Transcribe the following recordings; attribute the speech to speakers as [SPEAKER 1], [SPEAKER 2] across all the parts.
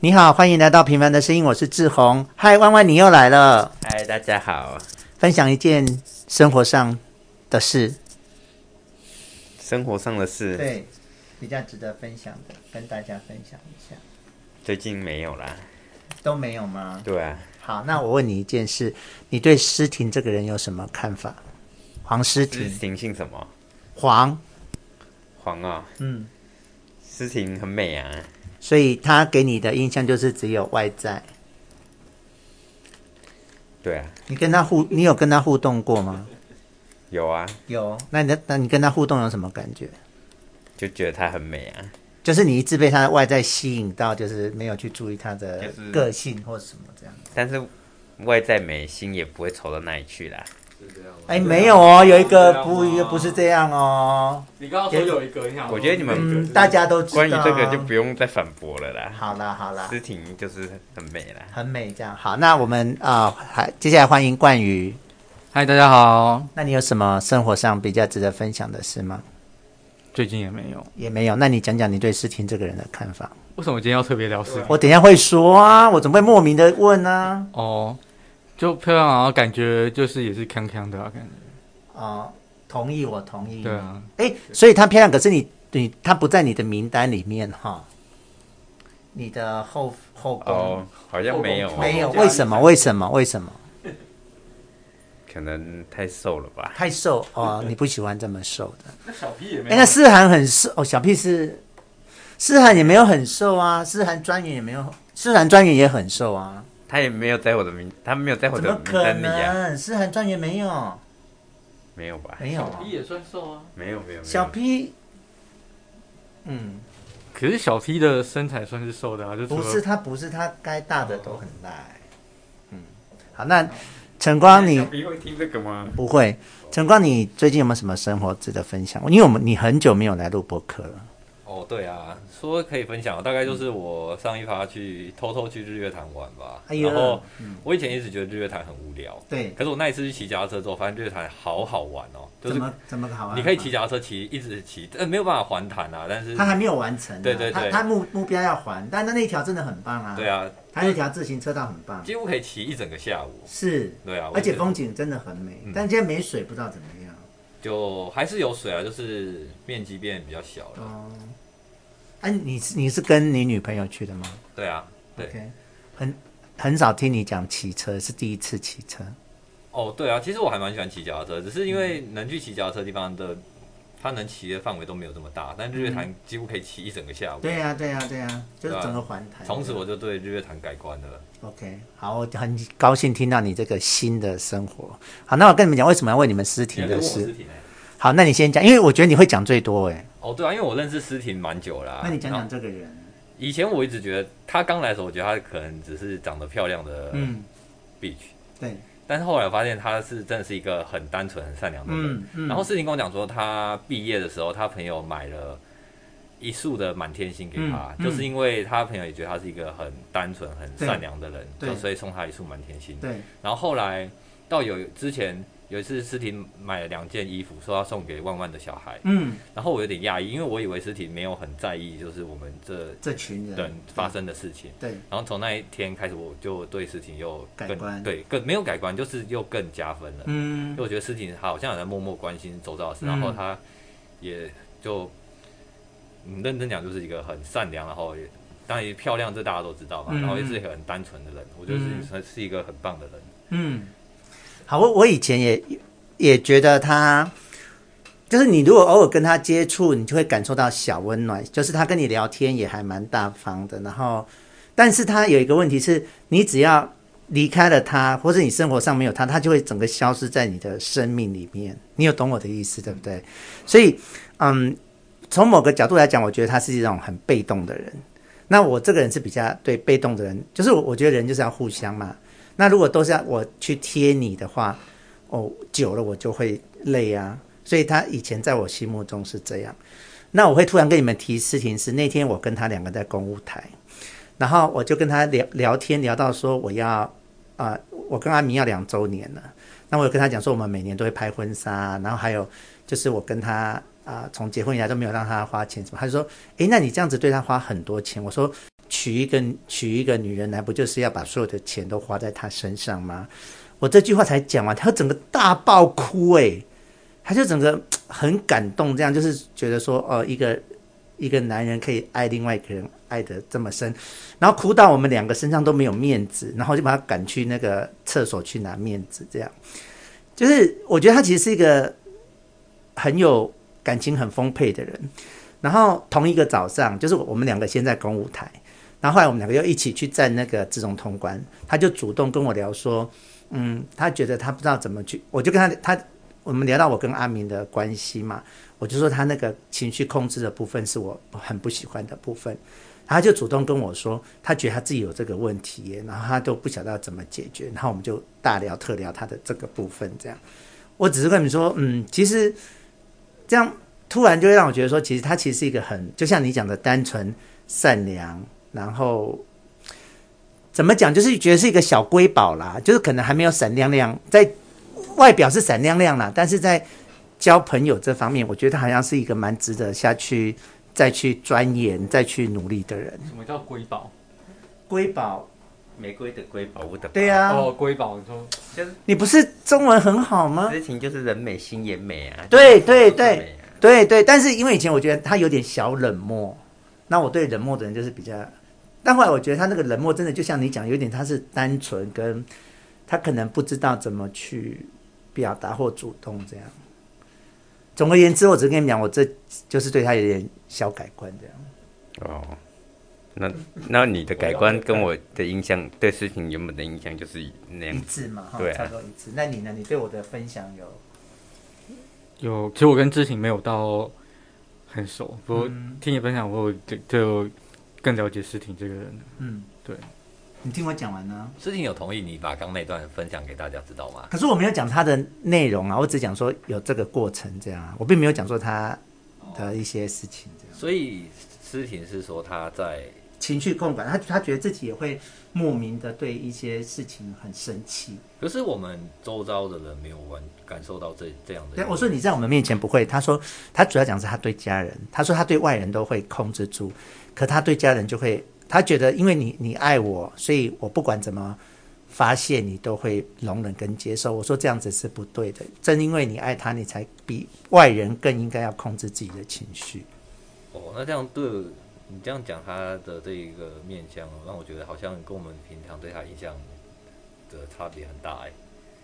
[SPEAKER 1] 你好，欢迎来到《平凡的声音》，我是志宏。嗨，弯弯，你又来了，
[SPEAKER 2] 嗨，大家好。
[SPEAKER 1] 分享一件生活上的事。
[SPEAKER 2] 生活上的事
[SPEAKER 1] 对，比较值得分享的，跟大家分享一下。
[SPEAKER 2] 最近没有啦。
[SPEAKER 1] 都没有吗？
[SPEAKER 2] 对啊，
[SPEAKER 1] 好，那我问你一件事，你对诗婷这个人有什么看法？黄诗
[SPEAKER 2] 诗
[SPEAKER 1] 婷，
[SPEAKER 2] 婷姓什么？
[SPEAKER 1] 黄，
[SPEAKER 2] 黄啊、
[SPEAKER 1] 嗯，
[SPEAKER 2] 诗婷很美啊，
[SPEAKER 1] 所以他给你的印象就是只有外在。
[SPEAKER 2] 对啊，
[SPEAKER 1] 你跟他互，你有跟他互动过吗？
[SPEAKER 2] 有啊，
[SPEAKER 1] 有。那你的，那你跟他互动有什么感觉？
[SPEAKER 2] 就觉得她很美啊，
[SPEAKER 1] 就是你一直被他的外在吸引到，就是没有去注意他的
[SPEAKER 2] 就是
[SPEAKER 1] 个性或什么这样。
[SPEAKER 2] 但是外在美，心也不会丑到哪里去啦。
[SPEAKER 1] 哎，没有哦，有一个
[SPEAKER 2] 啊
[SPEAKER 1] 不
[SPEAKER 3] 这样吗
[SPEAKER 1] 一个不是这样哦，
[SPEAKER 3] 你刚刚说有一个，你想说
[SPEAKER 2] 我觉得你们
[SPEAKER 1] 嗯，大家都知道。
[SPEAKER 2] 关于这个就不用再反驳了啦。
[SPEAKER 1] 好啊啦好啦，
[SPEAKER 2] 诗婷就是很美啦。
[SPEAKER 1] 很美这样。好，那我们啊，还、接下来欢迎冠宇。
[SPEAKER 3] 嗨，大家好，
[SPEAKER 1] 那你有什么生活上比较值得分享的事吗？
[SPEAKER 3] 最近也没有，
[SPEAKER 1] 也没有，那你讲讲你对诗婷这个人的看法。
[SPEAKER 3] 为什么今天要特别聊事情？
[SPEAKER 1] 我等一下会说啊，我怎么会莫名的问呢、
[SPEAKER 3] 哦，就漂亮啊，感觉就是也是康康的啊，感觉。
[SPEAKER 1] 啊？哦，同意，我同意。
[SPEAKER 3] 对啊，
[SPEAKER 1] 哎、所以她漂亮，可是你你她不在你的名单里面哈，你的后后宫、
[SPEAKER 2] 哦，好像没有、哦，
[SPEAKER 1] 没有，为什么？为什么？为什么？
[SPEAKER 2] 可能太瘦了吧？
[SPEAKER 1] 太瘦哦，你不喜欢这么瘦的。
[SPEAKER 3] 那小 P 也
[SPEAKER 1] 哎、那思涵很瘦哦，小屁是思涵也没有很瘦啊，思涵专员也没有，思涵专员也很瘦啊，
[SPEAKER 2] 她也没有在我的名，她没有在我
[SPEAKER 1] 怎
[SPEAKER 2] 的
[SPEAKER 1] 么
[SPEAKER 2] 名
[SPEAKER 1] 可
[SPEAKER 2] 单里啊，
[SPEAKER 1] 能？思涵专员没有，
[SPEAKER 2] 没有吧？
[SPEAKER 1] 没有啊，
[SPEAKER 3] 也算瘦啊，
[SPEAKER 2] 没有没有没有。
[SPEAKER 1] 小屁，嗯，
[SPEAKER 3] 可是小 P 的身材算是瘦的啊，就除
[SPEAKER 1] 不
[SPEAKER 3] 了
[SPEAKER 1] 是他，不是他，该大的都很大、嗯，好，那晨光你
[SPEAKER 2] 哎小 P 会听这个吗？
[SPEAKER 1] 不会，晨光你最近有没有什么生活值得分享？因为我们你很久没有来录播客了。
[SPEAKER 4] 哦，对啊，说可以分享，大概就是我上一趴去偷偷去日月潭玩吧。
[SPEAKER 1] 哎嗯呦
[SPEAKER 4] 然后我以前一直觉得日月潭很无聊，
[SPEAKER 1] 对，
[SPEAKER 4] 可是我那一次去骑脚踏车之后，发现日月潭好好玩哦，就是
[SPEAKER 1] 怎么怎么好玩？啊
[SPEAKER 4] 你可以骑脚踏车骑，一直骑，呃，没有办法环潭啊，但是
[SPEAKER 1] 他还没有完成啊、
[SPEAKER 4] 对对对
[SPEAKER 1] 他他目目标要还，但他那一条真的很棒啊，
[SPEAKER 4] 对，啊，
[SPEAKER 1] 他那条自行车道很棒，
[SPEAKER 4] 几乎可以骑一整个下午。
[SPEAKER 1] 是，
[SPEAKER 4] 对啊，我
[SPEAKER 1] 而且
[SPEAKER 4] 觉得
[SPEAKER 1] 风景真的很美，
[SPEAKER 4] 嗯
[SPEAKER 1] 但现在没水，不知道怎么样。
[SPEAKER 4] 就还是有水啊，就是面积变比较小了。
[SPEAKER 1] 哦，哎、你是你是跟你女朋友去的吗
[SPEAKER 4] 对啊，对
[SPEAKER 1] ？OK，很很少听你讲骑车，是第一次骑车。
[SPEAKER 4] 哦，对啊，其实我还蛮喜欢骑脚踏车，只是因为能去骑脚踏车的地方的，它能骑的范围都没有这么大，但日月潭几乎可以骑一整个下午。
[SPEAKER 1] 嗯对呀、对呀、对呀、就是
[SPEAKER 4] 对啊
[SPEAKER 1] 整个环台。
[SPEAKER 4] 从此我就对日月潭改观了。
[SPEAKER 1] OK，好，我很高兴听到你这个新的生活。好，那我跟你们讲为什么要问你们诗婷
[SPEAKER 4] 原来
[SPEAKER 1] 的
[SPEAKER 4] 问我
[SPEAKER 1] 事。
[SPEAKER 4] 婷欸
[SPEAKER 1] 好，那你先讲，因为我觉得你会讲最多哎。
[SPEAKER 4] 哦，对啊，因为我认识诗婷蛮久了、啊。
[SPEAKER 1] 那你讲
[SPEAKER 4] 然
[SPEAKER 1] 讲
[SPEAKER 4] 后。
[SPEAKER 1] 这个人，
[SPEAKER 4] 以前我一直觉得她刚来的时候，我觉得她可能只是长得漂亮的
[SPEAKER 1] 嗯，
[SPEAKER 4] beach，、
[SPEAKER 1] 对，
[SPEAKER 4] 但是后来我发现她是真的是一个很单纯、很善良的人。
[SPEAKER 1] 嗯嗯。
[SPEAKER 4] 然后诗婷跟我讲说，她毕业的时候，她朋友买了一束的满天星给她，
[SPEAKER 1] 嗯嗯
[SPEAKER 4] 就是因为她朋友也觉得她是一个很单纯、很
[SPEAKER 1] 对
[SPEAKER 4] 善良的人，
[SPEAKER 1] 对
[SPEAKER 4] 就所以送她一束满天星。
[SPEAKER 1] 对，
[SPEAKER 4] 然后后来到有之前有一次，诗婷买了两件衣服，说要送给万万的小孩，
[SPEAKER 1] 嗯，
[SPEAKER 4] 然后我有点讶异，因为我以为诗婷没有很在意，就是我们这
[SPEAKER 1] 这群人
[SPEAKER 4] 人发生的事情。
[SPEAKER 1] 对，
[SPEAKER 4] 然后从那一天开始，我就对诗婷又更
[SPEAKER 1] 改观
[SPEAKER 4] 对，更没有改观，就是又更加分了。
[SPEAKER 1] 嗯
[SPEAKER 4] 因为我觉得诗婷她好像有在默默关心周遭的事，
[SPEAKER 1] 嗯
[SPEAKER 4] 然后她也就，嗯，认真讲就是一个很善良，然后也当然也漂亮，这大家都知道嘛，
[SPEAKER 1] 嗯
[SPEAKER 4] 然后也是一个很单纯的人，我觉得
[SPEAKER 1] 嗯
[SPEAKER 4] 是是一个很棒的人。
[SPEAKER 1] 嗯，好，我我以前也也觉得他，就是你如果偶尔跟他接触，你就会感受到小温暖，就是他跟你聊天也还蛮大方的，然后，但是他有一个问题是，你只要离开了他，或者你生活上没有他，他就会整个消失在你的生命里面。你有懂我的意思，对不对？所以，嗯，从某个角度来讲，我觉得他是一种很被动的人。那我这个人是比较对被动的人，就是我我觉得人就是要互相嘛。那如果都是要我去贴你的话，哦，久了我就会累啊。所以他以前在我心目中是这样。那我会突然跟你们提事情是那天我跟他两个在公务台，然后我就跟他聊聊天，聊到说我要啊、呃我跟阿明要两周年了。那我有跟他讲说我们每年都会拍婚纱啊、然后还有就是我跟他啊、从结婚以来都没有让他花钱什么，他就说，诶，那你这样子对他花很多钱。我说。娶一个娶一个女人来，不就是要把所有的钱都花在她身上吗？我这句话才讲完，他整个大爆哭哎、他就整个很感动，这样就是觉得说，哦、一个一个男人可以爱另外一个人爱得这么深，然后哭到我们两个身上都没有面子，然后就把他赶去那个厕所去拿面子，这样就是我觉得他其实是一个很有感情很丰沛的人。然后同一个早上，就是我们两个先在公舞台，然后后来我们两个又一起去站那个自动通关，他就主动跟我聊说，嗯，他觉得他不知道怎么去，我就跟他他我们聊到我跟阿明的关系嘛，我就说他那个情绪控制的部分是我很不喜欢的部分，然后他就主动跟我说，他觉得他自己有这个问题耶，然后他都不晓得要怎么解决，然后我们就大聊特聊他的这个部分，这样，我只是跟你说，嗯，其实这样。突然就会让我觉得说，其实他其实是一个很，就像你讲的单纯、善良，然后怎么讲，就是觉得是一个小瑰宝啦，就是可能还没有闪亮亮，在外表是闪亮亮啦，但是在交朋友这方面，我觉得好像是一个蛮值得下去再去钻研、再去努力的人。
[SPEAKER 3] 什么叫瑰宝？
[SPEAKER 1] 瑰宝，
[SPEAKER 2] 玫瑰的瑰，宝物的宝
[SPEAKER 1] 对、啊呀、
[SPEAKER 3] 哦，瑰宝，你说
[SPEAKER 1] 你不是中文很好吗？
[SPEAKER 2] 事情就是人美心也美啊。
[SPEAKER 1] 对
[SPEAKER 2] 就
[SPEAKER 1] 对
[SPEAKER 2] 是美
[SPEAKER 1] 对
[SPEAKER 2] 啊，
[SPEAKER 1] 对对，但是因为以前我觉得他有点小冷漠，那我对冷漠的人就是比较，但后来我觉得他那个冷漠真的就像你讲，有点他是单纯跟他可能不知道怎么去表达或主动这样。总而言之，我只是跟你讲，我这就是对他有点小改观这样。
[SPEAKER 2] 哦，那那你的改观跟我的印象，对事情原本的印象就是那
[SPEAKER 1] 一
[SPEAKER 2] 样。
[SPEAKER 1] 致嘛，哈，
[SPEAKER 2] 对啊
[SPEAKER 1] 差不多一致。那你呢？你对我的分享有？
[SPEAKER 3] 有，其实我跟知婷没有到很熟，不过
[SPEAKER 1] 嗯
[SPEAKER 3] 听你分享后，就就更了解诗婷这个人了。
[SPEAKER 1] 嗯，
[SPEAKER 3] 对。
[SPEAKER 1] 你听我讲完呢、
[SPEAKER 4] 事情有同意你把刚那段分享给大家知道吗？
[SPEAKER 1] 可是我没有讲他的内容啊，我只讲说有这个过程这样啊，我并没有讲说他的一些事情这样。
[SPEAKER 4] 所以诗婷是说她在
[SPEAKER 1] 情绪控管，他他觉得自己也会莫名的对一些事情很生气。
[SPEAKER 4] 可是我们周遭的人没有完感受到这这样的。
[SPEAKER 1] 对，我说你在我们面前不会，他说他主要讲是他对家人，他说他对外人都会控制住，可他对家人就会，他觉得因为你你爱我，所以我不管怎么发泄，你都会容忍跟接受。我说这样子是不对的，正因为你爱他，你才比外人更应该要控制自己的情绪。
[SPEAKER 4] 哦，那这样对你这样讲她的这一个面相，让我觉得好像跟我们平常对她印象的差别很大哎。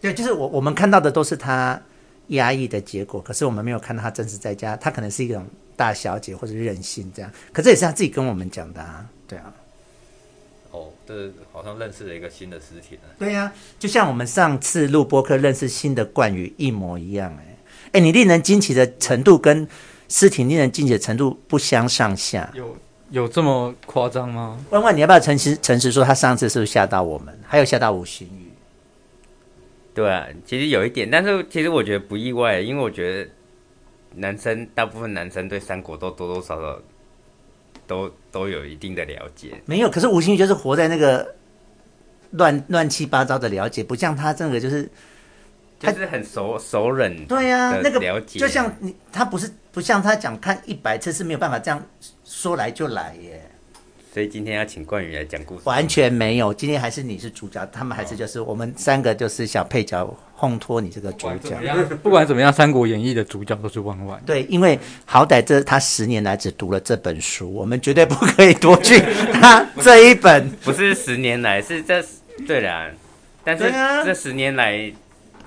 [SPEAKER 1] 对，就是我我们看到的都是他压抑的结果，可是我们没有看到他真实在家，他可能是一种大小姐或者是任性这样，可这也是他自己跟我们讲的啊，对啊，
[SPEAKER 4] 哦，这好像认识了一个新的诗婷了。
[SPEAKER 1] 对呀、啊就像我们上次录播课认识新的冠宇一模一样、哎哎，你令人惊奇的程度跟诗婷令人惊奇的程度不相上下。
[SPEAKER 3] 有有这么夸张吗？
[SPEAKER 1] 万万，你要不要诚实诚实说，他上次是不是吓到我们，还有吓到吴行宇？
[SPEAKER 2] 对啊，其实有一点，但是其实我觉得不意外，因为我觉得男生大部分男生对三国都多多少少都都有一定的了解。
[SPEAKER 1] 没有，可是吴兴就是活在那个乱乱七八糟的了解，不像他这个就是他
[SPEAKER 2] 就是啊很熟熟人，
[SPEAKER 1] 对呀、那个
[SPEAKER 2] 了解，
[SPEAKER 1] 就像你，他不是不像他讲看一百次是没有办法这样说来就来耶，
[SPEAKER 2] 所以今天要请冠宇来讲故事，
[SPEAKER 1] 完全没有。今天还是你是主角，他们还是就是我们三个就是小配角烘托你这个主角。
[SPEAKER 3] 不管怎么样，《三国演义》的主角都是万万。
[SPEAKER 1] 对，因为好歹这他十年来只读了这本书，我们绝对不可以夺 去他这一本。
[SPEAKER 2] 不是十年来，是这对啦，但是
[SPEAKER 1] 对啊
[SPEAKER 2] 这十年来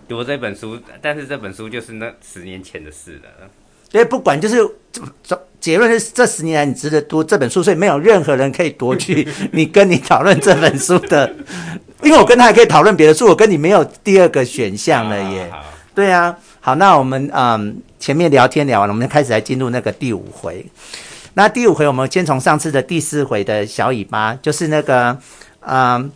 [SPEAKER 2] 读这本书，但是这本书就是那十年前的事了。
[SPEAKER 1] 对，不管就是总总结论是这十年来你值得读这本书，所以没有任何人可以夺去你跟你讨论这本书的，因为我跟他还可以讨论别的书，我跟你没有第二个选项了耶。
[SPEAKER 2] 好好好
[SPEAKER 1] 对啊，好，那我们嗯前面聊天聊完了，我们开始来进入那个第五回。那第五回我们先从上次的第四回的小尾巴，就是那个嗯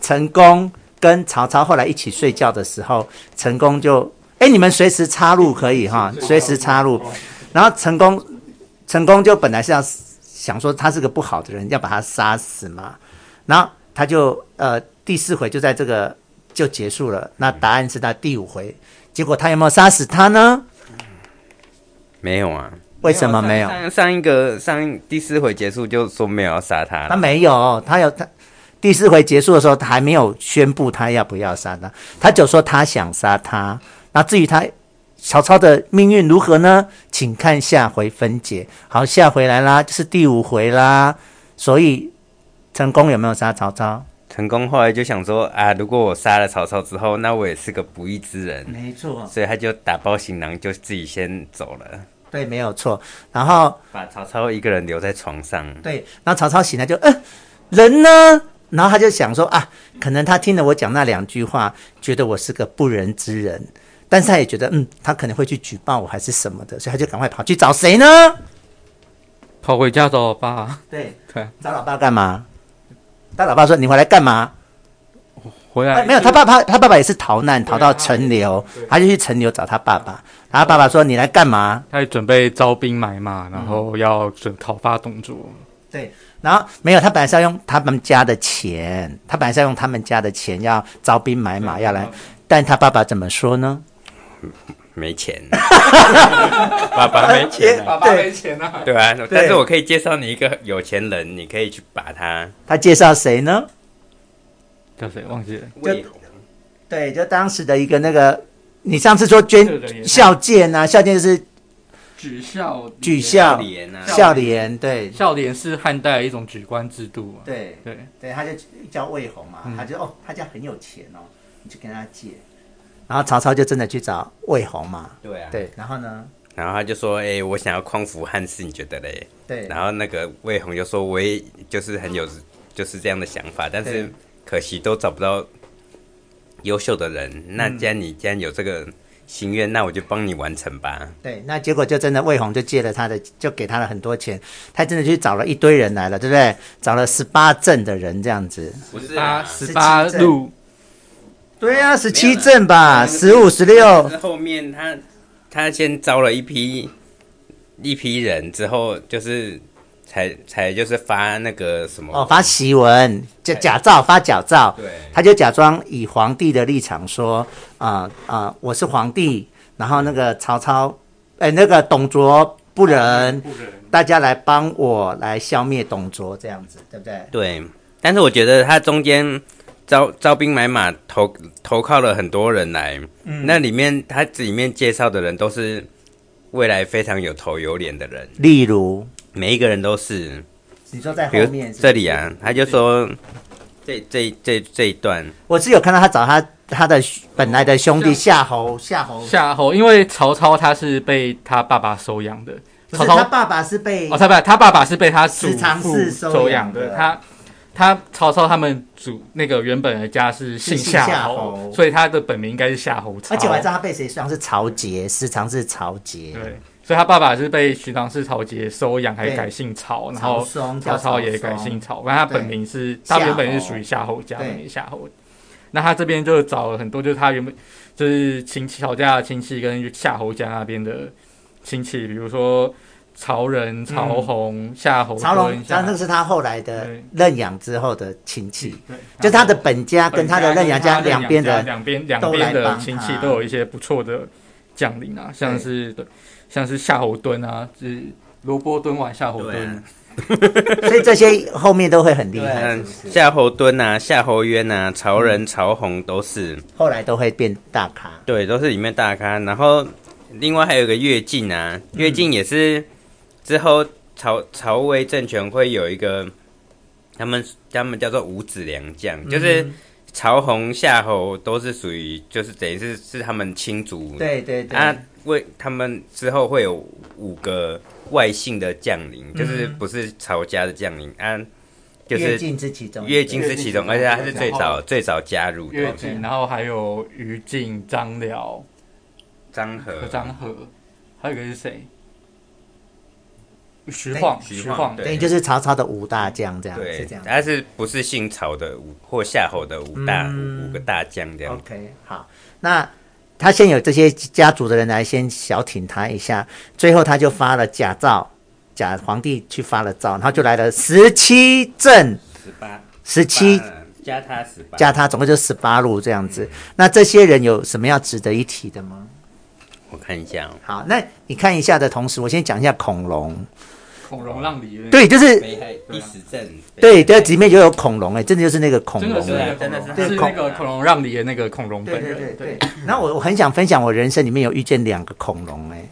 [SPEAKER 1] 成功跟曹操后来一起睡觉的时候，成功就哎你们随时插入可以哈，随时插入。然后成功成功就本来是要想说他是个不好的人，要把他杀死嘛。然后他就呃第四回就在这个就结束了。那答案是他第五回，结果他有没有杀死他呢？
[SPEAKER 2] 没有啊，
[SPEAKER 1] 为什么没有？
[SPEAKER 2] 上上一个上一第四回结束就说没有要杀他
[SPEAKER 1] 他
[SPEAKER 2] 了，
[SPEAKER 1] 没有，他有他第四回结束的时候，他还没有宣布他要不要杀他，他就说他想杀他。那至于他曹操的命运如何呢？请看下回分解。好，下回来啦，就是第五回啦。所以成功有没有杀曹操？
[SPEAKER 2] 成功后来就想说啊，如果我杀了曹操之后，那我也是个不义之人，
[SPEAKER 1] 没错，
[SPEAKER 2] 所以他就打包行囊就自己先走了，
[SPEAKER 1] 对，没有错。然后
[SPEAKER 2] 把曹操一个人留在床上。
[SPEAKER 1] 对，然后曹操醒来就，呃，人呢？然后他就想说啊，可能他听了我讲那两句话，觉得我是个不仁之人，但是他也觉得，嗯，他可能会去举报我还是什么的，所以他就赶快跑去找谁呢？
[SPEAKER 3] 跑回家找我爸，
[SPEAKER 1] 对
[SPEAKER 3] 对，
[SPEAKER 1] 找老爸干嘛？他老爸说：“你回来干嘛？”
[SPEAKER 3] 回
[SPEAKER 1] 哎
[SPEAKER 3] 来
[SPEAKER 1] 没有，他爸爸，他爸爸也是啊逃难，逃到陈留，他就去陈留找他爸爸。然后爸爸说：“你来干嘛？”
[SPEAKER 3] 他也准备招兵买马，然后要准讨伐董卓。
[SPEAKER 1] 然后没有，他本来是要用他们家的钱，他本来是要用他们家的钱要招兵买马，要来。但他爸爸怎么说呢？
[SPEAKER 2] 没钱， 爸爸没钱、啊，
[SPEAKER 1] 对
[SPEAKER 3] 钱啊！
[SPEAKER 2] 对啊，但是我可以介绍你一个有钱人，你可以去把他。
[SPEAKER 1] 他介绍谁呢？
[SPEAKER 3] 叫谁忘记了？
[SPEAKER 1] 就对，就当时的一个那个，你上次说
[SPEAKER 3] 这个
[SPEAKER 1] 捐
[SPEAKER 3] 也
[SPEAKER 1] 孝剑啊，孝剑是
[SPEAKER 3] 举孝
[SPEAKER 1] 举孝
[SPEAKER 2] 脸啊，
[SPEAKER 1] 孝廉，对
[SPEAKER 3] 孝廉是汉代的一种举官制度嘛。
[SPEAKER 1] 对
[SPEAKER 3] 对，
[SPEAKER 1] 对，他就叫魏红嘛，
[SPEAKER 3] 嗯
[SPEAKER 1] 他就哦，他家很有钱哦，你去跟他借。然后曹操就真的去找魏红嘛，
[SPEAKER 2] 对啊，
[SPEAKER 1] 对，然后呢，
[SPEAKER 2] 然后他就说：“哎、我想要匡扶汉室，你觉得嘞
[SPEAKER 1] 对？”，
[SPEAKER 2] 然后那个魏红就说：“我也就是很有就是这样的想法，但是
[SPEAKER 1] 对
[SPEAKER 2] 可惜都找不到优秀的人。那既然你既然有这个心愿，那我就帮你完成吧。
[SPEAKER 1] 对，那结果就真的魏红就借了他的，就给他了很多钱，他真的去找了一堆人来了，对不对？找了十八镇的人这样子。
[SPEAKER 2] 不是
[SPEAKER 1] 啊
[SPEAKER 2] 啊
[SPEAKER 3] 八十八路
[SPEAKER 1] 对啊，十
[SPEAKER 2] 没
[SPEAKER 1] 七
[SPEAKER 2] 有啦
[SPEAKER 1] 镇吧，十五、十六。
[SPEAKER 2] 后面他他先招了一批一批人，之后就是才才就是发那个什么
[SPEAKER 1] 哦，发檄文，假假造，发假造。
[SPEAKER 2] 对
[SPEAKER 1] 他就假装以皇帝的立场说，啊、啊、我是皇帝，然后那个曹操，哎，那个董卓不
[SPEAKER 3] 啊
[SPEAKER 1] 仁，大家来帮我来消灭董卓，这样子，对不对？
[SPEAKER 2] 对，但是我觉得他中间招招兵买马投投靠了很多人来，
[SPEAKER 1] 嗯
[SPEAKER 2] 那里面他里面介绍的人都是未来非常有头有脸的人，
[SPEAKER 1] 例如，
[SPEAKER 2] 每一个人都是，
[SPEAKER 1] 你说在
[SPEAKER 2] 比
[SPEAKER 1] 后面
[SPEAKER 2] 如
[SPEAKER 1] 是
[SPEAKER 2] 这里啊，他就说这这这这一段。
[SPEAKER 1] 我是有看到他找他他的本来的兄弟夏侯，夏侯
[SPEAKER 3] 夏侯，因为曹操他是被他爸爸收养的，
[SPEAKER 1] 不
[SPEAKER 3] 曹
[SPEAKER 1] 是
[SPEAKER 3] 操
[SPEAKER 1] 他爸爸是被
[SPEAKER 3] 哦，他爸他爸爸是被他祖
[SPEAKER 1] 十常
[SPEAKER 3] 父
[SPEAKER 1] 侍收
[SPEAKER 3] 收
[SPEAKER 1] 养
[SPEAKER 3] 养
[SPEAKER 1] 的
[SPEAKER 3] 的，他他曹操他们祖那个原本的家是姓
[SPEAKER 1] 是夏
[SPEAKER 3] 夏
[SPEAKER 1] 侯
[SPEAKER 3] 侯，所以他的本名应该是夏侯曹。
[SPEAKER 1] 而且我还知道他被谁收养是曹杰，时常是曹杰，
[SPEAKER 3] 哦对，所以他爸爸是被徐常侍曹杰收养，还
[SPEAKER 1] 对
[SPEAKER 3] 改姓曹，然
[SPEAKER 1] 曹
[SPEAKER 3] 后
[SPEAKER 1] 松
[SPEAKER 3] 曹
[SPEAKER 1] 叫
[SPEAKER 3] 操
[SPEAKER 1] 曹
[SPEAKER 3] 也改
[SPEAKER 1] 嵩
[SPEAKER 3] 姓曹，但他本名是他
[SPEAKER 1] 夏
[SPEAKER 3] 原本
[SPEAKER 1] 侯
[SPEAKER 3] 是属于夏侯家，
[SPEAKER 1] 对
[SPEAKER 3] 本名夏侯。那他这边就找了很多，就是他原本就是亲戚曹家的亲戚跟夏侯家那边的亲戚，比如说曹仁、曹洪、夏侯
[SPEAKER 1] 嗯曹
[SPEAKER 3] 惇
[SPEAKER 1] 龙，然
[SPEAKER 3] 夏
[SPEAKER 1] 后那个是他后来的
[SPEAKER 3] 对
[SPEAKER 1] 认养之后的亲戚，
[SPEAKER 3] 对，
[SPEAKER 1] 就他的本家跟嗯
[SPEAKER 3] 本
[SPEAKER 1] 他的认养家两边的，
[SPEAKER 3] 两边两
[SPEAKER 1] 都来
[SPEAKER 3] 边的
[SPEAKER 1] 帮
[SPEAKER 3] 亲
[SPEAKER 1] 他
[SPEAKER 3] 戚都有一些不错的将领啊，像是对，像是夏侯惇啊，是萝卜蹲完夏侯
[SPEAKER 2] 对啊
[SPEAKER 3] 惇，
[SPEAKER 1] 所以这些后面都会很厉害，哎是
[SPEAKER 2] 嗯
[SPEAKER 1] 不，是嗯
[SPEAKER 2] 夏侯惇啊，夏侯渊啊，曹仁、曹洪都是，
[SPEAKER 1] 后来都会变大咖。
[SPEAKER 2] 对，都是里面大咖。然后另外还有个乐进啊，
[SPEAKER 1] 嗯
[SPEAKER 2] 乐进也是之后曹曹魏政权会有一个，他们他们叫做五子良将，
[SPEAKER 1] 嗯
[SPEAKER 2] 就是曹洪、夏侯都是属于就是等于是是他们亲族。
[SPEAKER 1] 嗯对对对，
[SPEAKER 2] 啊，为他们之后会有五个外姓的将领，就是不是曹家的将领啊，就
[SPEAKER 1] 嗯乐
[SPEAKER 2] 是
[SPEAKER 1] 进是其中一个，
[SPEAKER 2] 乐进是其中，而且他是最
[SPEAKER 3] 然
[SPEAKER 2] 早
[SPEAKER 3] 后
[SPEAKER 2] 最早加入
[SPEAKER 3] 乐
[SPEAKER 2] 的
[SPEAKER 3] 进，然后还有于禁、张辽
[SPEAKER 2] 张合
[SPEAKER 3] 和。张合，还有一个是谁？徐晃，
[SPEAKER 2] 徐
[SPEAKER 3] 徐
[SPEAKER 2] 晃
[SPEAKER 3] 晃，
[SPEAKER 2] 对
[SPEAKER 1] 等于就是曹操的五大将这样，是
[SPEAKER 2] 对
[SPEAKER 1] 这样，。
[SPEAKER 2] 他是不是姓曹的五或夏侯的五大、
[SPEAKER 1] 嗯
[SPEAKER 2] 五个大将这样？
[SPEAKER 1] OK，好，那他先有这些家族的人来先小挺他一下，最后他就发了假诏，假皇帝去发了诏，然后就来了十七镇，
[SPEAKER 2] 哦十八
[SPEAKER 1] 十七
[SPEAKER 2] 加他十八
[SPEAKER 1] 加他总共就十八路这样子。那这些人有什么要值得一提的吗？
[SPEAKER 2] 我看一下、哦，
[SPEAKER 1] 好，那你看一下的同时，我先讲一下恐龙。
[SPEAKER 3] 孔融让梨，，
[SPEAKER 1] 对，就是
[SPEAKER 2] 北海一时阵，
[SPEAKER 1] 对，这里面就有恐龙哎、真的就是那个恐
[SPEAKER 3] 真的
[SPEAKER 1] 龙
[SPEAKER 3] 是
[SPEAKER 1] 哎、
[SPEAKER 3] 那个
[SPEAKER 2] 真的
[SPEAKER 3] 恐龙
[SPEAKER 2] 是
[SPEAKER 3] 是那
[SPEAKER 1] 恐
[SPEAKER 3] 个孔融让梨的那个孔融
[SPEAKER 1] 对
[SPEAKER 3] 本
[SPEAKER 1] 对对
[SPEAKER 3] 人，
[SPEAKER 1] 对，然后我我很想分享，我人生里面有遇见两个恐龙哎、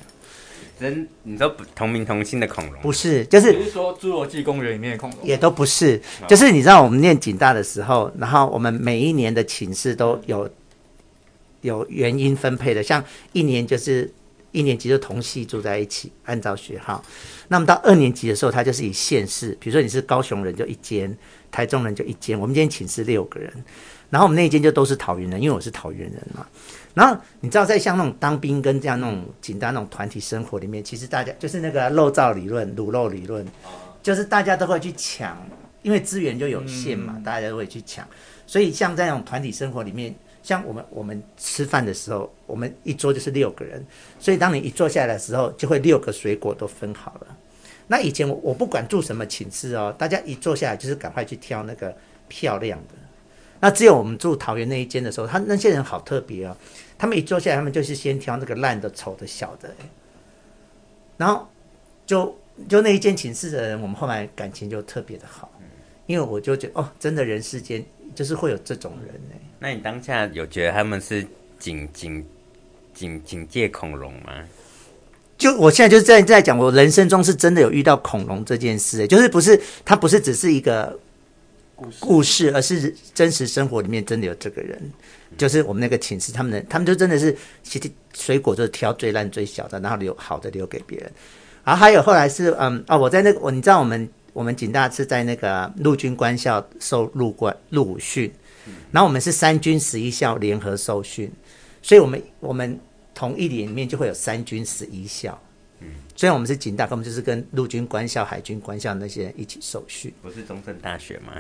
[SPEAKER 2] 真你说不同名同姓的恐龙，
[SPEAKER 1] 不是，就是
[SPEAKER 3] 你是说《侏罗纪公园》里面的恐龙？
[SPEAKER 1] 也都不是，就是你知道我们念警大的时候，然后我们每一年的寝室都有有原因分配的，像一年就是一年级就同系住在一起，按照学号。那么到二年级的时候，它就是以县市，比如说你是高雄人就一间，台中人就一间，我们今天寝室六个人，然后我们那一间就都是桃园人，因为我是桃园人嘛。然后你知道，在像那种当兵跟这样那种警大那种团体生活里面，其实大家就是那个啊肉燥理论、卤肉理论，就是大家都会去抢，因为资源就有限嘛，大家都会去抢。所以像在那种团体生活里面，像我们我们吃饭的时候，我们一桌就是六个人，所以当你一坐下来的时候，就会六个水果都分好了。那以前我我不管住什么寝室哦，大家一坐下来就是赶快去挑那个漂亮的。那只有我们住桃园那一间的时候，他那些人好特别哦，他们一坐下来，他们就是先挑那个烂的、丑的、小的，哎然后就就那一间寝室的人，我们后来感情就特别的好，因为我就觉得哦，真的人世间就是会有这种人哎、
[SPEAKER 2] 那你当下有觉得他们是警警警警戒恐龙吗？
[SPEAKER 1] 就我现在就是在在讲，我人生中是真的有遇到恐龙这件事、欸，就是不是它不是只是一个故事，而是真实生活里面真的有这个人，就是我们那个寝室他们的，他们就真的是其实水果就是挑最烂最小的，然后留好的留给别人。然后还有后来是嗯哦，我在那个我你知道我们我们警大是在那个陆军官校受陆官陆武训，然后我们是三军十一校联合受训，所以我们我们同一年里面就会有三军十一校。嗯，虽然我们是警大，我们就是跟陆军官校、海军官校那些人一起受训。
[SPEAKER 2] 不是中正大学吗？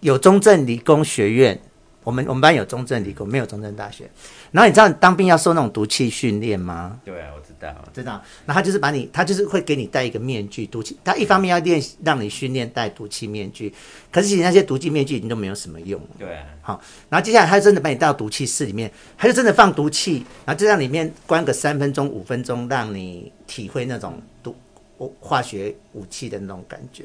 [SPEAKER 1] 有中正理工学院，我们我们班有中正理工，没有中正大学。然后你知道你当兵要受那种毒气训练吗？
[SPEAKER 2] 对啊，我知道。
[SPEAKER 1] 知道，然后他就是把你，他就是会给你戴一个面具，毒气。他一方面要练让你训练戴毒气面具，可是其实那些毒气面具已经都没有什么用了。
[SPEAKER 2] 对啊，
[SPEAKER 1] 好，然后接下来他就真的把你带到毒气室里面，他就真的放毒气，然后就让里面关个三分钟、五分钟，让你体会那种毒化学武器的那种感觉。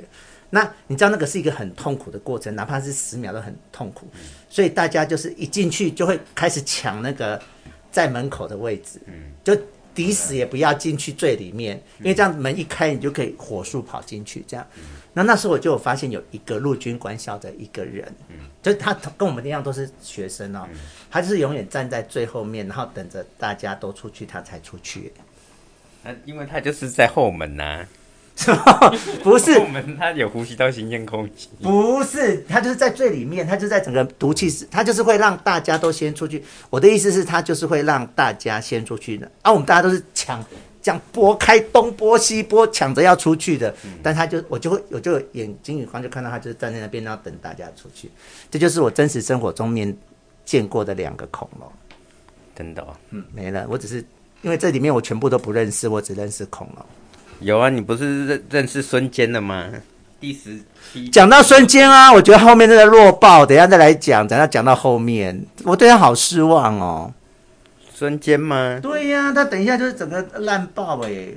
[SPEAKER 1] 那你知道那个是一个很痛苦的过程，哪怕是十秒都很痛苦，所以大家就是一进去就会开始抢那个在门口的位置，就抵死也不要进去最里面，因为这样门一开你就可以火速跑进去这样。那那时候我就有发现有一个陆军官校的一个人，就是他同跟我们一样都是学生哦，他就是永远站在最后面，然后等着大家都出去，他才出去。
[SPEAKER 2] 那因为他就是在后门呐、
[SPEAKER 1] 不是
[SPEAKER 2] 后门他有呼吸到新鲜空气。
[SPEAKER 1] 不是，他就是在最里面，他就在整个毒气室，他就是会让大家都先出去。我的意思是，他就是会让大家先出去的。啊，我们大家都是抢，这样拨开东拨西拨，抢着要出去的。但他就我就会我就有眼睛余光就看到他就是站在那边，然后等大家出去。这就是我真实生活中面见过的两个恐龙。
[SPEAKER 2] 真的、哦、
[SPEAKER 1] 嗯，没了，我只是因为这里面我全部都不认识，我只认识恐龙。
[SPEAKER 2] 有啊，你不是认认识孙坚的吗？第十七
[SPEAKER 1] 讲到瞬间啊，我觉得后面真的弱爆，等一下再来讲。等一下讲到后面，我对他好失望哦。
[SPEAKER 2] 孙坚吗？
[SPEAKER 1] 对呀、他等一下就是整个烂爆哎、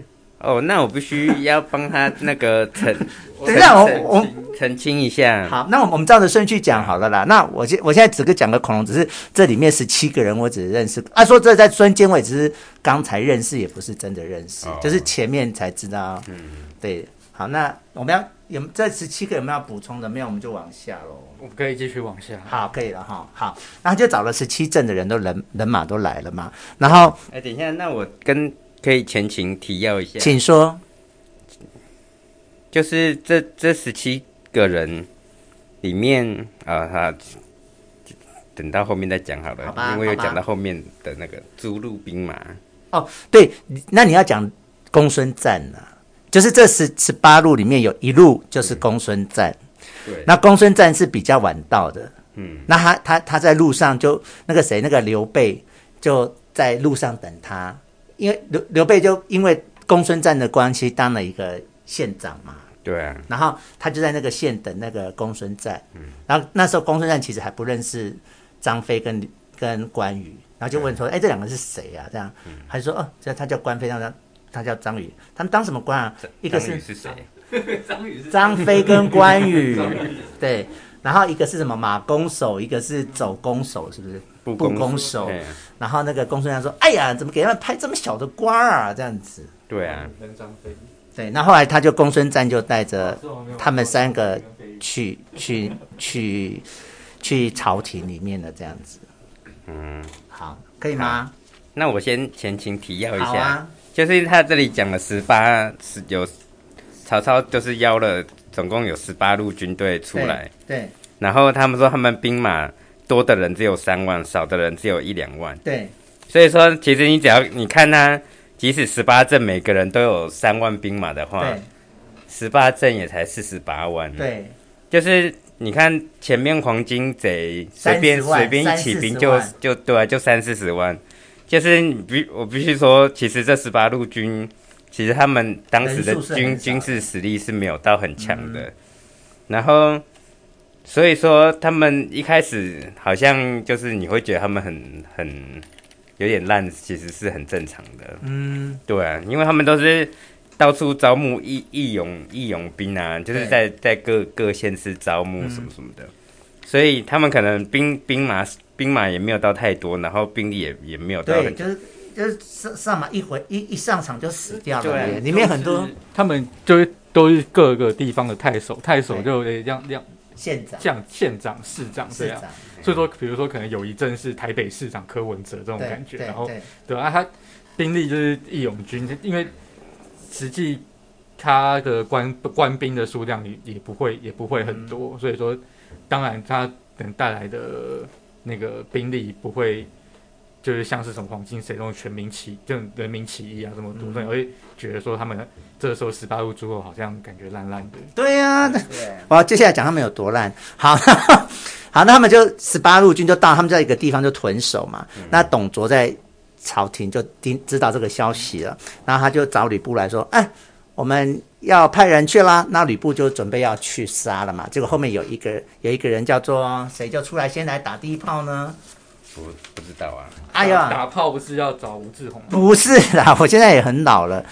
[SPEAKER 2] 哦，那我必须要帮他那个 澄
[SPEAKER 1] 等一下我
[SPEAKER 2] 澄
[SPEAKER 1] 我
[SPEAKER 2] 澄澄清一下。
[SPEAKER 1] 好，那我们我们照着顺序讲好了啦。那我现我现在只个讲个恐龙，只是这里面十七个人，我只认识。啊，说这在瞬间，我也只是刚才认识，也不是真的认识，
[SPEAKER 2] 哦
[SPEAKER 1] 就是前面才知道。嗯，对。好，那我们要有这十七个有没有要补充的？没有，我们就往下喽。
[SPEAKER 3] 我们可以继续往下。
[SPEAKER 1] 好，可以了哈。好，然后就找了十七镇的人都人人马都来了嘛。然后，
[SPEAKER 2] 哎、等一下，那我跟可以前情提要一下，
[SPEAKER 1] 请说。
[SPEAKER 2] 就是这这十七个人里面啊，他等到后面再讲好了，
[SPEAKER 1] 好吧
[SPEAKER 2] 因为有
[SPEAKER 1] 好吧
[SPEAKER 2] 讲到后面的那个逐鹿兵马。
[SPEAKER 1] 哦，对，你那你要讲公孙瓒呢、就是这十十八路里面有一路就是公孙瓒，
[SPEAKER 2] 对，
[SPEAKER 1] 那公孙瓒是比较晚到的，
[SPEAKER 2] 嗯，
[SPEAKER 1] 那他他他在路上就那个谁那个刘备就在路上等他，因为刘刘备就因为公孙瓒的关系当了一个县长嘛，
[SPEAKER 2] 对啊，
[SPEAKER 1] 然后他就在那个县等那个公
[SPEAKER 2] 嗯
[SPEAKER 1] 孙瓒，然后那时候公孙瓒其实还不认识张飞跟跟关羽，然后就问说，哎，这两个是谁啊？这样，
[SPEAKER 2] 嗯
[SPEAKER 1] 他就说，哦，这他叫关飞，他叫他叫张宇，他们当什么官啊？一个
[SPEAKER 2] 张宇
[SPEAKER 1] 是
[SPEAKER 2] 是谁？
[SPEAKER 4] 章鱼是
[SPEAKER 1] 张飞跟关 羽，对，然后一个是什么马弓手，一个是走弓手，是不是？
[SPEAKER 2] 不
[SPEAKER 1] 不
[SPEAKER 2] 公
[SPEAKER 1] 公手
[SPEAKER 2] 哎呀
[SPEAKER 1] 然后那个公孙亮说，哎呀，怎么给他们拍这么小的官啊？这样子，
[SPEAKER 2] 对啊，
[SPEAKER 5] 跟张飞，
[SPEAKER 1] 对，那后来他就公孙瓒就带着
[SPEAKER 5] 这种没有
[SPEAKER 1] 他们三个
[SPEAKER 5] 跟飞鱼
[SPEAKER 1] 去去去去朝廷里面的这样子。
[SPEAKER 2] 嗯，
[SPEAKER 1] 好，可以吗？
[SPEAKER 2] 那我先前情提要一
[SPEAKER 1] 好
[SPEAKER 2] 下，
[SPEAKER 1] 啊，
[SPEAKER 2] 就是他这里讲了十八十有曹操就是邀了总共有十八路军队出
[SPEAKER 1] 对
[SPEAKER 2] 来，
[SPEAKER 1] 对
[SPEAKER 2] 然后他们说他们兵马多的人只有三万，少的人只有一两万，
[SPEAKER 1] 对
[SPEAKER 2] 所以说其实你只要你看他，即使十八镇每个人都有三万兵马的话，
[SPEAKER 1] 对
[SPEAKER 2] 十八镇也才四十八
[SPEAKER 3] 嗯
[SPEAKER 2] 万，，
[SPEAKER 1] 对
[SPEAKER 2] 就是。你看前面黄金贼随便
[SPEAKER 1] 30万
[SPEAKER 2] 随便一起兵就
[SPEAKER 1] 30万
[SPEAKER 2] 就对啊，就三四十万，就是你必我必须说，其实这十八路军，其实他们当时
[SPEAKER 1] 人
[SPEAKER 2] 的
[SPEAKER 1] 数是很
[SPEAKER 2] 军
[SPEAKER 1] 少嗯
[SPEAKER 2] 军事实力是没有到很强的，然后所以说他们一开始好像就是你会觉得他们很很有点烂，其实是很正常的，
[SPEAKER 1] 嗯，
[SPEAKER 2] 对啊，因为他们都是到处招募义义勇义勇兵啊，就是在在各各县市招募
[SPEAKER 1] 嗯
[SPEAKER 2] 什么什么的，所以他们可能兵兵马兵马也没有到太多，然后兵力也也没有到
[SPEAKER 1] 对，
[SPEAKER 2] 很
[SPEAKER 1] 就是就是上上马一回一一上场就死掉了
[SPEAKER 2] 对
[SPEAKER 1] 耶，里面很多
[SPEAKER 3] 就是他们就是都是各个地方的太守，太守就得这样这样
[SPEAKER 1] 县长、
[SPEAKER 3] 像县长、市长这
[SPEAKER 1] 市
[SPEAKER 3] 样啊
[SPEAKER 1] 长，，嗯
[SPEAKER 3] 所以说比如说可能有一阵是台北市长柯文哲这种
[SPEAKER 1] 对
[SPEAKER 3] 感觉，
[SPEAKER 1] 对
[SPEAKER 3] 然后
[SPEAKER 1] 对
[SPEAKER 3] 对啊，他兵力就是义勇军，因为实际他的官官兵的数量也也不会也不会
[SPEAKER 1] 嗯
[SPEAKER 3] 很多，所以说当然他能带来的那个兵力不会就是像是什么黄金谁那种全民起这种人民起义啊这么多，
[SPEAKER 1] 嗯
[SPEAKER 3] 所以我会觉得说他们这个时候十八路诸侯好像感觉烂烂的，
[SPEAKER 1] 对啊呀、那
[SPEAKER 5] 对
[SPEAKER 2] 啊
[SPEAKER 1] 我要接下来讲他们有多烂。好， 好，那他们就十八路军就到，他们在一个地方就屯守嘛。
[SPEAKER 3] 嗯
[SPEAKER 1] 那董卓在朝廷就听知道这个消息了，然后他就找吕布来说：“哎，我们要派人去啦。”那吕布就准备要去杀了嘛。结果后面有一个有一个人叫做谁就出来先来打第一炮呢？
[SPEAKER 2] 不不知道啊，
[SPEAKER 1] 哎呀，
[SPEAKER 3] 打炮不是要找吴志宏吗？
[SPEAKER 1] 不是啦，我现在也很老了。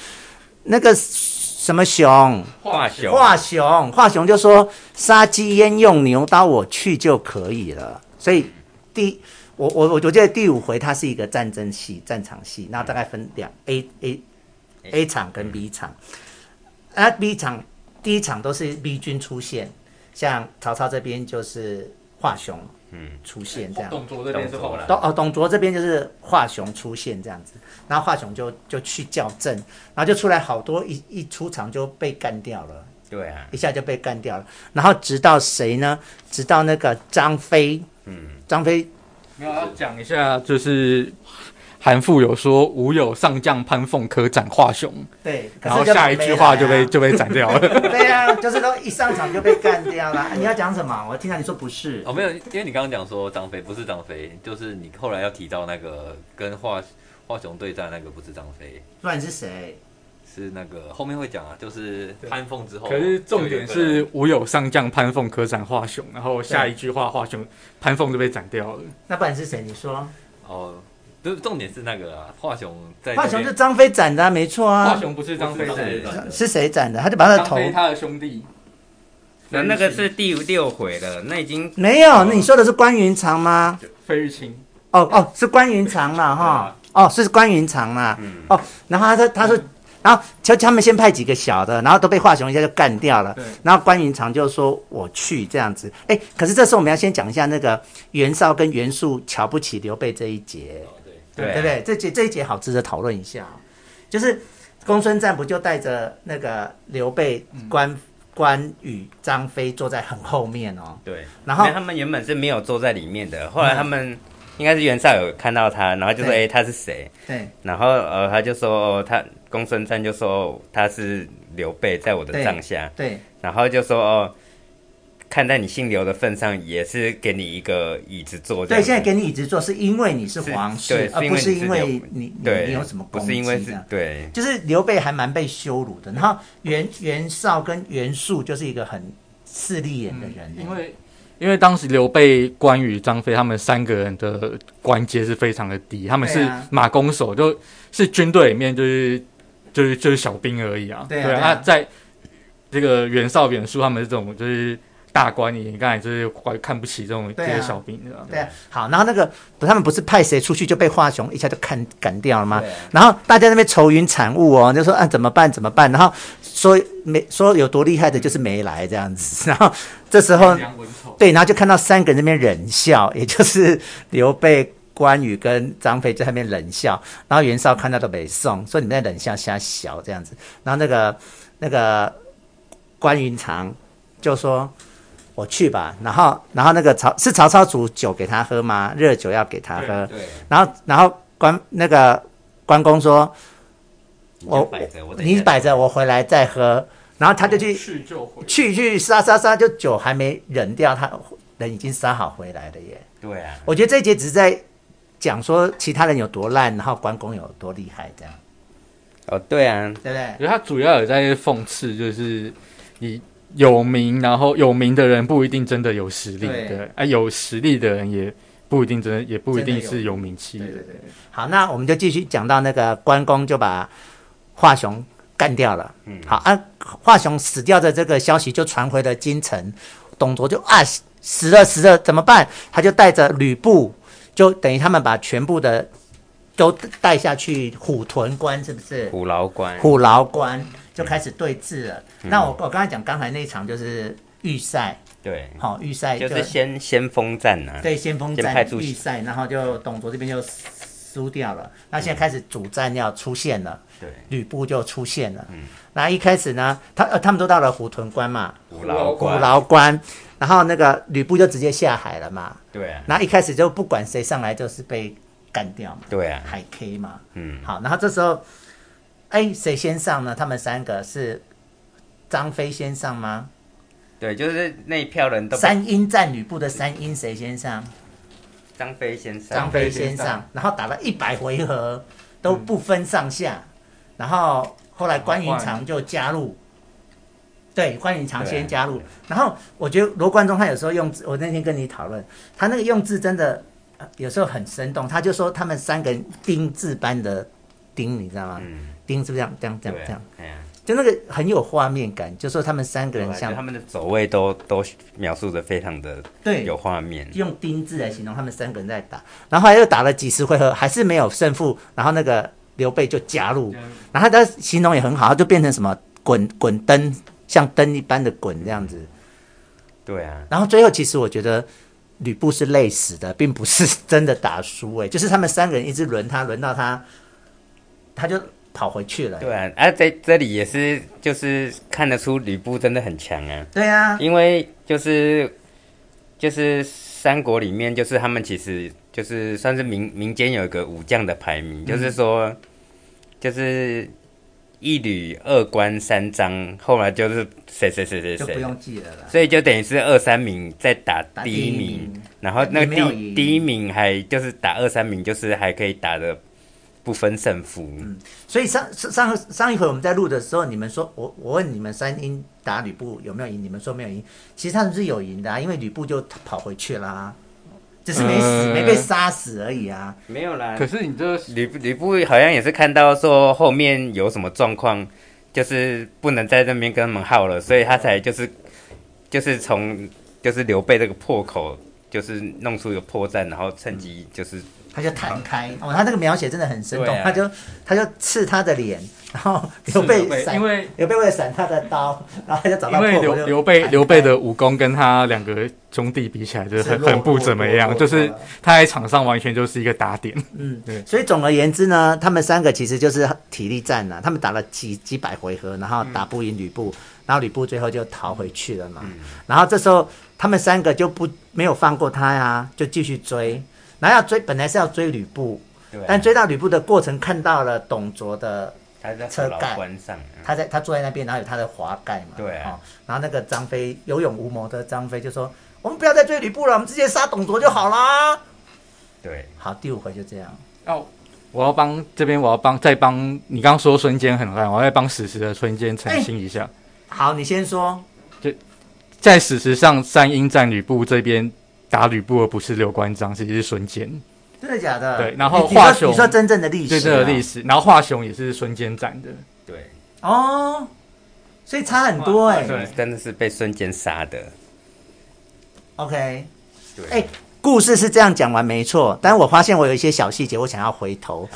[SPEAKER 1] 那个什么熊，
[SPEAKER 2] 华雄
[SPEAKER 1] 华雄，华雄就说杀鸡焉用牛刀，我去就可以了。所以第我我我觉得第五回它是一个战争戏、战场戏，那大概分两 A A A 场跟 B 场。啊，B 场第一场都是 B 军出现，像曹操这边就是华雄
[SPEAKER 2] 嗯
[SPEAKER 1] 出现这样。
[SPEAKER 3] 哎董卓这边是后来，
[SPEAKER 1] 董哦，董卓这边就是华雄出现这样子，然后华雄就就去校正，然后就出来好多一一出场就被干掉了。
[SPEAKER 2] 对啊，
[SPEAKER 1] 一下就被干掉了。然后直到谁呢？直到那个张飞，
[SPEAKER 2] 嗯，
[SPEAKER 1] 张飞
[SPEAKER 3] 没有要讲一下就是。韩复有说：“吾有上将潘凤可斩华雄。”
[SPEAKER 1] 对，可
[SPEAKER 3] 然
[SPEAKER 1] 是
[SPEAKER 3] 后
[SPEAKER 1] 就
[SPEAKER 3] 下一
[SPEAKER 1] 没
[SPEAKER 3] 句话
[SPEAKER 1] 来
[SPEAKER 3] 就被
[SPEAKER 1] 啊
[SPEAKER 3] 就被斩掉 了。
[SPEAKER 1] 对啊，就是都一上场就被干掉了。啊你要讲什么？我听到你说不是
[SPEAKER 4] 哦，没有，因为你刚刚讲说张飞不是张飞，就是你后来要提到那个跟华华雄对战那个不是张飞，
[SPEAKER 1] 不然是谁？
[SPEAKER 4] 是那个后面会讲啊，就是潘凤之后。
[SPEAKER 3] 可是重点
[SPEAKER 4] 就有一
[SPEAKER 3] 是
[SPEAKER 4] 个，
[SPEAKER 3] 吾有上将潘凤可斩华雄，然后下一句话华雄潘凤就被斩掉了。
[SPEAKER 1] 那不然是谁？你说，
[SPEAKER 4] 哦，就是重点是那个啊，华雄在
[SPEAKER 1] 华
[SPEAKER 4] 那
[SPEAKER 1] 雄
[SPEAKER 4] 边
[SPEAKER 1] 是张飞斩的、啊，没错啊。
[SPEAKER 3] 雄不是
[SPEAKER 4] 张飞斩的
[SPEAKER 1] 是谁斩的？他就把他的头
[SPEAKER 3] 他的兄弟。
[SPEAKER 2] 那那个是第六回了，那已经
[SPEAKER 1] 没有？那你说的是关云长吗？
[SPEAKER 3] 费玉清，
[SPEAKER 1] 哦哦，是关云长啦， 哈。哦，是关云长啦。
[SPEAKER 2] 嗯
[SPEAKER 1] 哦，然后他说他说，然后就他们先派几个小的，然后都被华雄一下就干掉了
[SPEAKER 3] 对。
[SPEAKER 1] 然后关云长就说我去这样子。哎，可是这时候我们要先讲一下那个袁绍跟袁术瞧不起刘备这一节，
[SPEAKER 4] 哦对，
[SPEAKER 2] 对
[SPEAKER 1] 对
[SPEAKER 2] 啊
[SPEAKER 1] 不对？这节这一节好值得讨论一下哦、就是公孙瓒不就带着那个刘备、
[SPEAKER 2] 嗯
[SPEAKER 1] 关关羽、张飞坐在很后面哦，
[SPEAKER 2] 对，
[SPEAKER 1] 然后嗯
[SPEAKER 2] 因为他们原本是没有坐在里面的，后来他们应该是袁绍有看到他，然后就说：“
[SPEAKER 1] 对
[SPEAKER 2] 哎、他是谁
[SPEAKER 1] 对？”
[SPEAKER 2] 然后呃，他就说：“哦、他公孙瓒就说哦他是刘备，在我的
[SPEAKER 1] 对
[SPEAKER 2] 帐下。
[SPEAKER 1] 对”
[SPEAKER 2] 然后就说：“哦，看在你姓刘的份上，也是给你一个椅子坐。”
[SPEAKER 1] 对，现在给你椅子坐是因为你是
[SPEAKER 2] 是
[SPEAKER 1] 皇室
[SPEAKER 2] 对，
[SPEAKER 1] 而
[SPEAKER 2] 是因
[SPEAKER 1] 不
[SPEAKER 2] 为
[SPEAKER 1] 是
[SPEAKER 2] 你是
[SPEAKER 1] 因为
[SPEAKER 2] 刘
[SPEAKER 1] 你你
[SPEAKER 2] 对，
[SPEAKER 1] 你有什么
[SPEAKER 2] 不
[SPEAKER 1] 攻
[SPEAKER 2] 是
[SPEAKER 1] 击
[SPEAKER 2] 因为
[SPEAKER 1] 这
[SPEAKER 2] 是
[SPEAKER 1] 样
[SPEAKER 2] 对
[SPEAKER 1] 就是刘备还蛮被羞辱的，然后袁袁绍跟袁术就是一个很势利眼的人、
[SPEAKER 3] 嗯因为因为当时刘备、关羽、张飞他们三个人的官阶是非常的低，他们
[SPEAKER 1] 对
[SPEAKER 3] 是
[SPEAKER 1] 啊
[SPEAKER 3] 马弓手，就是军队里面就是就是就是小兵而已啊。
[SPEAKER 1] 对啊
[SPEAKER 3] 啊，
[SPEAKER 1] 对啊
[SPEAKER 3] 那在这个袁绍、袁术他们这种就是大官，你刚才就是看不起这种这
[SPEAKER 1] 对啊
[SPEAKER 3] 些小兵的、
[SPEAKER 1] 对啊，好，然后那个不他们不是派谁出去就被华雄一下就砍砍掉了吗？
[SPEAKER 4] 对啊
[SPEAKER 1] 然后大家在那边愁云惨雾哦，就说啊怎么办怎么办？然后说没说有多厉害的，就是没来这样子。 然后这时候
[SPEAKER 4] 梁文丑，
[SPEAKER 1] 对，然后就看到三个人在那边冷笑，也就是刘备、关羽跟张飞就在那边冷笑，然后袁绍看到都北宋，说你们在冷笑瞎小这样子。然后那个那个关云长就说。我去吧，然后，然后那个曹是曹操煮酒给他喝吗？热酒要给他喝，
[SPEAKER 4] 对，
[SPEAKER 1] 然后，然后关那个关公说
[SPEAKER 2] 你
[SPEAKER 1] 我
[SPEAKER 2] 就摆着，我等
[SPEAKER 1] 哦
[SPEAKER 2] 一
[SPEAKER 1] 你
[SPEAKER 2] 下
[SPEAKER 1] 摆着，我回来再喝。然后他就去
[SPEAKER 3] 去就回。
[SPEAKER 1] 去去杀杀杀，就酒还没冷掉，他人已经杀好回来了耶。
[SPEAKER 2] 对啊，
[SPEAKER 1] 我觉得这一节只是在讲说其他人有多烂，然后关公有多厉害，这样
[SPEAKER 2] 哦对啊，
[SPEAKER 1] 对不对
[SPEAKER 3] 我？觉得他主要有在讽刺，就是你有名，然后有名的人不一定真的有实力
[SPEAKER 1] 对
[SPEAKER 3] 对，啊，有实力的人也不一定真的，也不一定
[SPEAKER 1] 真的
[SPEAKER 3] 是有名气的。
[SPEAKER 1] 对对对。好，那我们就继续讲到那个关公就把华雄干掉了。嗯，好啊，华雄死掉的这个消息就传回了京城，董卓就啊死死了死了怎么办？他就带着吕布，就等于他们把全部的都带下去虎屯关，是不是？
[SPEAKER 2] 虎牢关，
[SPEAKER 1] 虎牢关就开始对峙了。那我我刚才讲刚才那一场就是预赛，
[SPEAKER 2] 对，
[SPEAKER 1] 好、预赛
[SPEAKER 2] 就是先先锋战呐、啊，
[SPEAKER 1] 对先锋
[SPEAKER 2] 先
[SPEAKER 1] 战
[SPEAKER 2] 派出
[SPEAKER 1] 预
[SPEAKER 2] 去嗯
[SPEAKER 1] 赛，然后就董卓这边就输掉了。那现在开始主战要出现了，
[SPEAKER 2] 对，嗯
[SPEAKER 1] 吕布就出现了。那一开始呢，他呃他们都到了虎屯关嘛，
[SPEAKER 2] 虎牢
[SPEAKER 1] 虎
[SPEAKER 2] 关，
[SPEAKER 1] 牢关，然后那个吕布就直接下海了嘛。
[SPEAKER 2] 对啊，
[SPEAKER 1] 那一开始就不管谁上来，就是被干掉嘛，
[SPEAKER 2] 对啊，
[SPEAKER 1] 海 K 嘛。
[SPEAKER 2] 嗯，
[SPEAKER 1] 好，然后这时候，哎，谁先上呢？他们三个是张飞先上吗？
[SPEAKER 2] 对，就是那一票人都被
[SPEAKER 1] 三英战吕布的三英谁先上？
[SPEAKER 2] 张飞先上，
[SPEAKER 1] 张飞先上，然后打了一百回合都不分上下，然后后来关云长就加入，对，关云长先加入
[SPEAKER 2] 对。
[SPEAKER 1] 然后我觉得罗贯中他有时候用字，我那天跟你讨论，他那个用字真的呃有时候很生动。他就说他们三个人丁字般的丁，你知道吗？
[SPEAKER 2] 嗯，
[SPEAKER 1] 丁是不是这样这样这样
[SPEAKER 2] 对
[SPEAKER 1] 这样
[SPEAKER 2] 啊？，哎呀、
[SPEAKER 1] 就那个很有画面感，就说他们三个
[SPEAKER 2] 对
[SPEAKER 1] 人
[SPEAKER 2] 啊，就他
[SPEAKER 1] 像
[SPEAKER 2] 们的走位都都描述的非常的
[SPEAKER 1] 对
[SPEAKER 2] 有画面，
[SPEAKER 1] 用“丁”字来形容他们三个人在打，然后后来又打了几十回合，还是没有胜负，然后那个刘备就加入，然后他形容也很好，他就变成什么滚滚灯，像灯一般的滚这样子。
[SPEAKER 2] 对啊，
[SPEAKER 1] 然后最后其实我觉得吕布是累死的，并不是真的打输，哎，就是他们三个人一直轮他，轮到他，他就跑回去了。
[SPEAKER 2] 对啊，啊，在这里也是就是看得出吕布真的很强啊，
[SPEAKER 1] 对啊，
[SPEAKER 2] 因为就是就是三国里面，就是他们其实就是算是民民间有一个武将的排名，
[SPEAKER 1] 嗯
[SPEAKER 2] 就是说就是一吕二关三张，后来就是谁谁谁谁
[SPEAKER 1] 就不
[SPEAKER 2] 谁，
[SPEAKER 1] 用记了啦。
[SPEAKER 2] 所以就等于是二三名在打
[SPEAKER 1] 打
[SPEAKER 2] 第
[SPEAKER 1] 第
[SPEAKER 2] 一
[SPEAKER 1] 一
[SPEAKER 2] 名
[SPEAKER 1] 名，
[SPEAKER 2] 然后那
[SPEAKER 1] 也
[SPEAKER 2] 个
[SPEAKER 1] 没有
[SPEAKER 2] 第
[SPEAKER 1] 赢
[SPEAKER 2] 第一名还就是打二三名，就是还可以打的不分胜负，
[SPEAKER 1] 所以上上上上一回我们在录的时候，你们说我我问你们三英打吕布有没有赢？你们说没有赢，其实他们是有赢的、啊，因为吕布就跑回去啦、只是没死、
[SPEAKER 3] 嗯
[SPEAKER 1] 没被杀死而已啊。
[SPEAKER 2] 没有啦
[SPEAKER 3] 可是你这
[SPEAKER 2] 吕布吕布好像也是看到说后面有什么状况，就是不能在那边跟他们耗了，所以他才就是就是从就是刘备这个破口，就是弄出一个破绽，然后趁机就是
[SPEAKER 1] 他就弹开哦，他这个描写真的很生动，
[SPEAKER 2] 对啊
[SPEAKER 1] 他就他就刺他的脸，然后刘备闪
[SPEAKER 3] 因，为
[SPEAKER 1] 刘备为了闪他的刀，然后他就找
[SPEAKER 3] 因
[SPEAKER 1] 到
[SPEAKER 3] 为
[SPEAKER 1] 破口
[SPEAKER 3] 刘
[SPEAKER 1] 就
[SPEAKER 3] 刘备
[SPEAKER 1] 弹开
[SPEAKER 3] 刘备的武功跟他两个兄弟比起来，就是
[SPEAKER 1] 是
[SPEAKER 3] 很
[SPEAKER 1] 弱
[SPEAKER 3] 很不怎么样，
[SPEAKER 1] 弱弱
[SPEAKER 3] 就是
[SPEAKER 1] 弱了
[SPEAKER 3] 他在场上完全就是一个打点。
[SPEAKER 1] 嗯
[SPEAKER 3] 对，
[SPEAKER 1] 所以总而言之呢，他们三个其实就是体力战呐、啊他们打了几几百回合，然后
[SPEAKER 2] 嗯
[SPEAKER 1] 打不赢吕布，然后吕布最后就逃回去了嘛。然后这时候他们三个就不没有放过他呀、就继续追，然后要追，本来是要追吕布，
[SPEAKER 2] 对啊
[SPEAKER 1] 但追到吕布的过程看到了董卓的
[SPEAKER 2] 他在
[SPEAKER 1] 车
[SPEAKER 2] 虎牢
[SPEAKER 1] 盖
[SPEAKER 2] 关上，嗯
[SPEAKER 1] 他在他坐在那边，然后有他的华盖嘛，
[SPEAKER 2] 对
[SPEAKER 1] 哦
[SPEAKER 2] 啊
[SPEAKER 1] 然后那个张飞有勇无谋的张飞就说：“我们不要再追吕布了，我们直接杀董卓就好啦。
[SPEAKER 2] 对，”
[SPEAKER 1] 好，第五回就这样。
[SPEAKER 3] 哦，我要帮这边，我要帮再帮你刚刚说
[SPEAKER 1] 哎
[SPEAKER 3] 孙坚很烂，我要再帮史实的孙坚澄清一下。
[SPEAKER 1] 好，你先说。
[SPEAKER 3] 在史实上，三英战吕布这边打吕布的不是刘关张，其实是孙坚。
[SPEAKER 1] 真的假的？
[SPEAKER 3] 对然后
[SPEAKER 1] 你你说
[SPEAKER 3] 华雄
[SPEAKER 1] 你说真正的历史啊，
[SPEAKER 3] 对这个历史，然后华雄也是孙坚斩的。
[SPEAKER 2] 对，
[SPEAKER 1] 哦，所以差很多哎、
[SPEAKER 3] 对
[SPEAKER 2] 真的是被孙坚杀的。
[SPEAKER 1] OK，
[SPEAKER 2] 对，
[SPEAKER 1] 哎故事是这样讲完没错，但我发现我有一些小细节，我想要回头，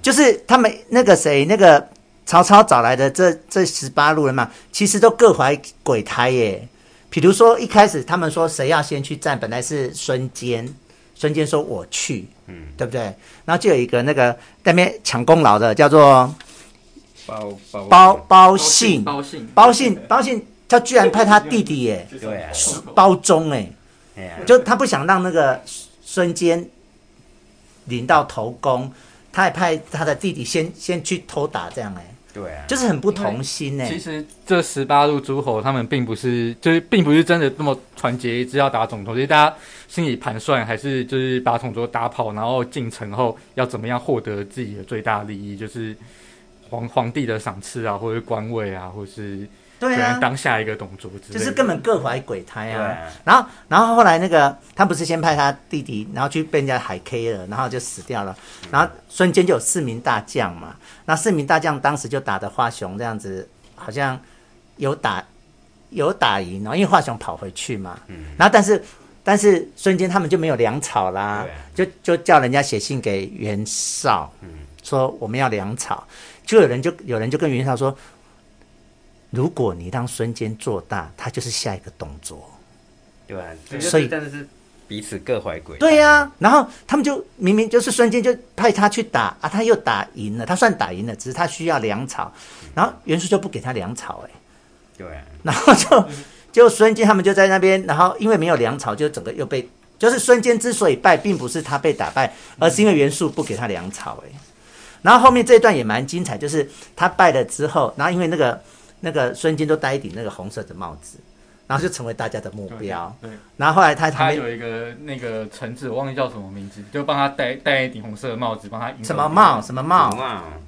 [SPEAKER 1] 就是他们那个谁，那个曹操找来的这这十八路人马，其实都各怀鬼胎耶。比如说一开始他们说谁要先去战，本来是孙坚，孙坚说我去，嗯，对不对？然后就有一个那个在那边抢功劳的，叫做
[SPEAKER 2] 包包
[SPEAKER 1] 包包信，
[SPEAKER 3] 包信，
[SPEAKER 1] 包信，包信，他居然派他弟弟耶，
[SPEAKER 2] 对啊，
[SPEAKER 1] 包忠哎。
[SPEAKER 2] 哎呀，
[SPEAKER 1] 就他不想让那个孙坚领到头功，他还派他的弟弟先先去偷打，这样哎、
[SPEAKER 2] 对啊，
[SPEAKER 1] 就是很不同心哎、
[SPEAKER 3] 其实这十八路诸侯他们并不是，就是并不是真的那么团结一致要打总统，其实大家心里盘算还是就是把董卓打跑，然后进城后要怎么样获得自己的最大利益，就是皇皇帝的赏赐啊，或者是官位啊，或是可
[SPEAKER 1] 对啊
[SPEAKER 3] 能，当下一个董卓之
[SPEAKER 1] 就
[SPEAKER 3] 类的。
[SPEAKER 1] 是根本各怀鬼胎
[SPEAKER 2] 对
[SPEAKER 1] 啊
[SPEAKER 2] 啊。
[SPEAKER 1] 然后然后后来那个他不是先派他弟弟，然后去被人家海 K 了，然后就死掉了。然后孙坚就有四名大将嘛，那四名大将当时就打的华雄这样子，好像有打有打赢哦，因为华雄跑回去嘛。然后但是。但是孙坚他们就没有粮草啦
[SPEAKER 2] 对啊，
[SPEAKER 1] 就就叫人家写信给袁绍，说我们要粮草。就有人就有人就跟袁绍说，如果你让孙坚做大，他就是下一个董卓。
[SPEAKER 2] 对啊，这就是
[SPEAKER 1] 所以
[SPEAKER 2] 真的是彼此各怀鬼。
[SPEAKER 1] 对啊呀、然后他们就明明就是孙坚就派他去打啊，他又打赢了，他算打赢了，只是他需要粮草，然后袁术就不给他粮草、哎，
[SPEAKER 2] 对啊，
[SPEAKER 1] 然后就就孙坚他们就在那边，然后因为没有粮草，就整个又被就是孙坚之所以败，并不是他被打败，而是因为袁术不给他粮草、哎，然后后面这一段也蛮精彩，就是他败了之后，然后因为那个那个孙坚都戴一顶那个红色的帽子，然啊后就成为大家的目
[SPEAKER 3] 对
[SPEAKER 1] 标，
[SPEAKER 3] 对。
[SPEAKER 1] 然后后啊来他旁
[SPEAKER 3] 他
[SPEAKER 1] 边
[SPEAKER 3] 有一个那个臣子，我忘记叫什么名字，就帮他戴戴一顶红色的帽子，帮他赢。
[SPEAKER 1] 什么帽？什么帽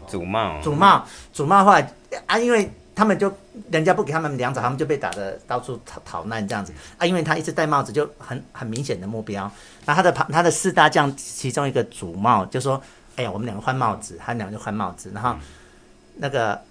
[SPEAKER 2] 祖？茂，祖茂，
[SPEAKER 1] 祖茂，祖茂后来啊，因为他们就人家不给他们粮草，他们就被打的到处逃逃难这样子啊。因为他一直戴帽子，就很很明显的目标。然后他的旁他的四大将其中一个祖茂就说：“哎呀，我们两个换帽子。”他们两个就换帽子，然后那个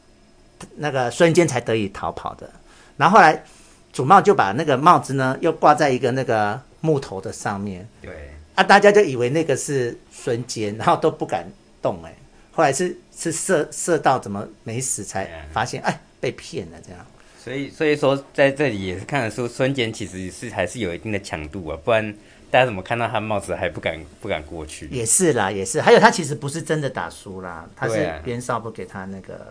[SPEAKER 1] 那个孙坚才得以逃跑的。然后后来祖茂就把那个帽子呢又挂在一个那个木头的上面，
[SPEAKER 2] 对，
[SPEAKER 1] 啊，大家就以为那个是孙坚，然后都不敢动哎、后来是是射射到怎么没死，
[SPEAKER 2] 对
[SPEAKER 1] 才
[SPEAKER 2] 啊
[SPEAKER 1] 发现哎被骗了这样。
[SPEAKER 2] 所以所以说在这里也是看得出孙坚其实是还是有一定的强度啊，不然大家怎么看到他帽子还不敢不敢过去？
[SPEAKER 1] 也是啦，也是。还有他其实不是真的打输啦，他
[SPEAKER 2] 对
[SPEAKER 1] 是
[SPEAKER 2] 啊
[SPEAKER 1] 袁绍不给他那个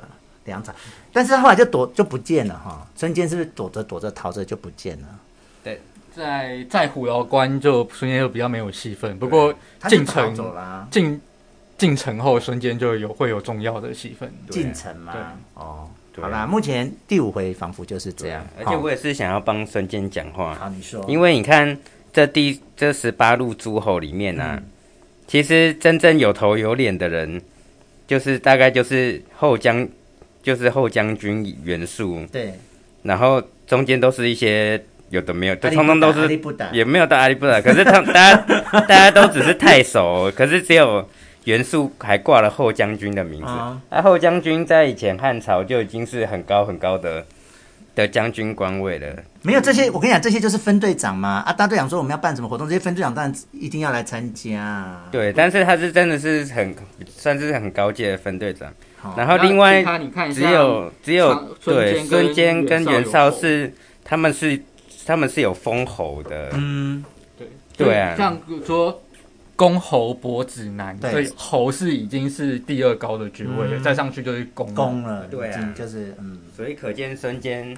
[SPEAKER 1] 粮草，但是他后来就躲就不见了哈。孙坚是不是躲着躲着逃着就不见了？
[SPEAKER 3] 在在虎牢关就孙坚就比较没有戏份，不过
[SPEAKER 1] 他就
[SPEAKER 3] 进
[SPEAKER 1] 逃走
[SPEAKER 3] 城
[SPEAKER 1] 啦、
[SPEAKER 3] 进进城后，孙坚就有会有重要的戏份。
[SPEAKER 2] 对啊
[SPEAKER 1] 进城嘛
[SPEAKER 3] 对。
[SPEAKER 1] 哦，
[SPEAKER 2] 对啊
[SPEAKER 1] 好啦，目前第五回仿佛就是这
[SPEAKER 2] 对
[SPEAKER 1] 样
[SPEAKER 2] 啊。而且
[SPEAKER 1] 好
[SPEAKER 2] 我也是想要帮孙坚讲话，
[SPEAKER 1] 好，你说，
[SPEAKER 2] 因为你看这第这十八路诸侯里面呢、啊，
[SPEAKER 1] 嗯
[SPEAKER 2] 其实真正有头有脸的人，就是大概就是后将，就是后将军袁术，
[SPEAKER 1] 对，
[SPEAKER 2] 然后中间都是一些有的没有，
[SPEAKER 1] 阿
[SPEAKER 2] 就
[SPEAKER 1] 里
[SPEAKER 2] 通通
[SPEAKER 1] 不
[SPEAKER 2] 都
[SPEAKER 1] 达阿里
[SPEAKER 2] 是
[SPEAKER 1] 不打，
[SPEAKER 2] 也没有到阿里不达，可是他们大家大家都只是太守，可是只有袁术还挂了后将军的名字。
[SPEAKER 1] 啊
[SPEAKER 2] 啊，后将军在以前汉朝就已经是很高很高的的将军官位了。
[SPEAKER 1] 没有这些，我跟你讲，这些就是分队长嘛。啊，大队长说我们要办什么活动，这些分队长当然一定要来参加。，
[SPEAKER 2] 对，但是他是真的是很算是很高阶的分队长
[SPEAKER 1] 好，
[SPEAKER 2] 然后另外
[SPEAKER 3] 他你看
[SPEAKER 2] 只有只有
[SPEAKER 3] 长孙
[SPEAKER 2] 对
[SPEAKER 3] 坚
[SPEAKER 2] 孙
[SPEAKER 3] 跟
[SPEAKER 2] 坚跟
[SPEAKER 3] 袁
[SPEAKER 2] 袁
[SPEAKER 3] 绍
[SPEAKER 2] 绍
[SPEAKER 3] 有
[SPEAKER 2] 是他们是他们是有封侯的，
[SPEAKER 1] 嗯，
[SPEAKER 3] 对
[SPEAKER 2] 对啊
[SPEAKER 3] 像说公侯伯子男，
[SPEAKER 1] 对
[SPEAKER 3] 所以侯是已经是第二高的爵位了，
[SPEAKER 1] 嗯
[SPEAKER 3] 再上去就是公了。
[SPEAKER 1] 攻了，
[SPEAKER 2] 对啊
[SPEAKER 1] 已经就是嗯，
[SPEAKER 2] 所以可见孙坚，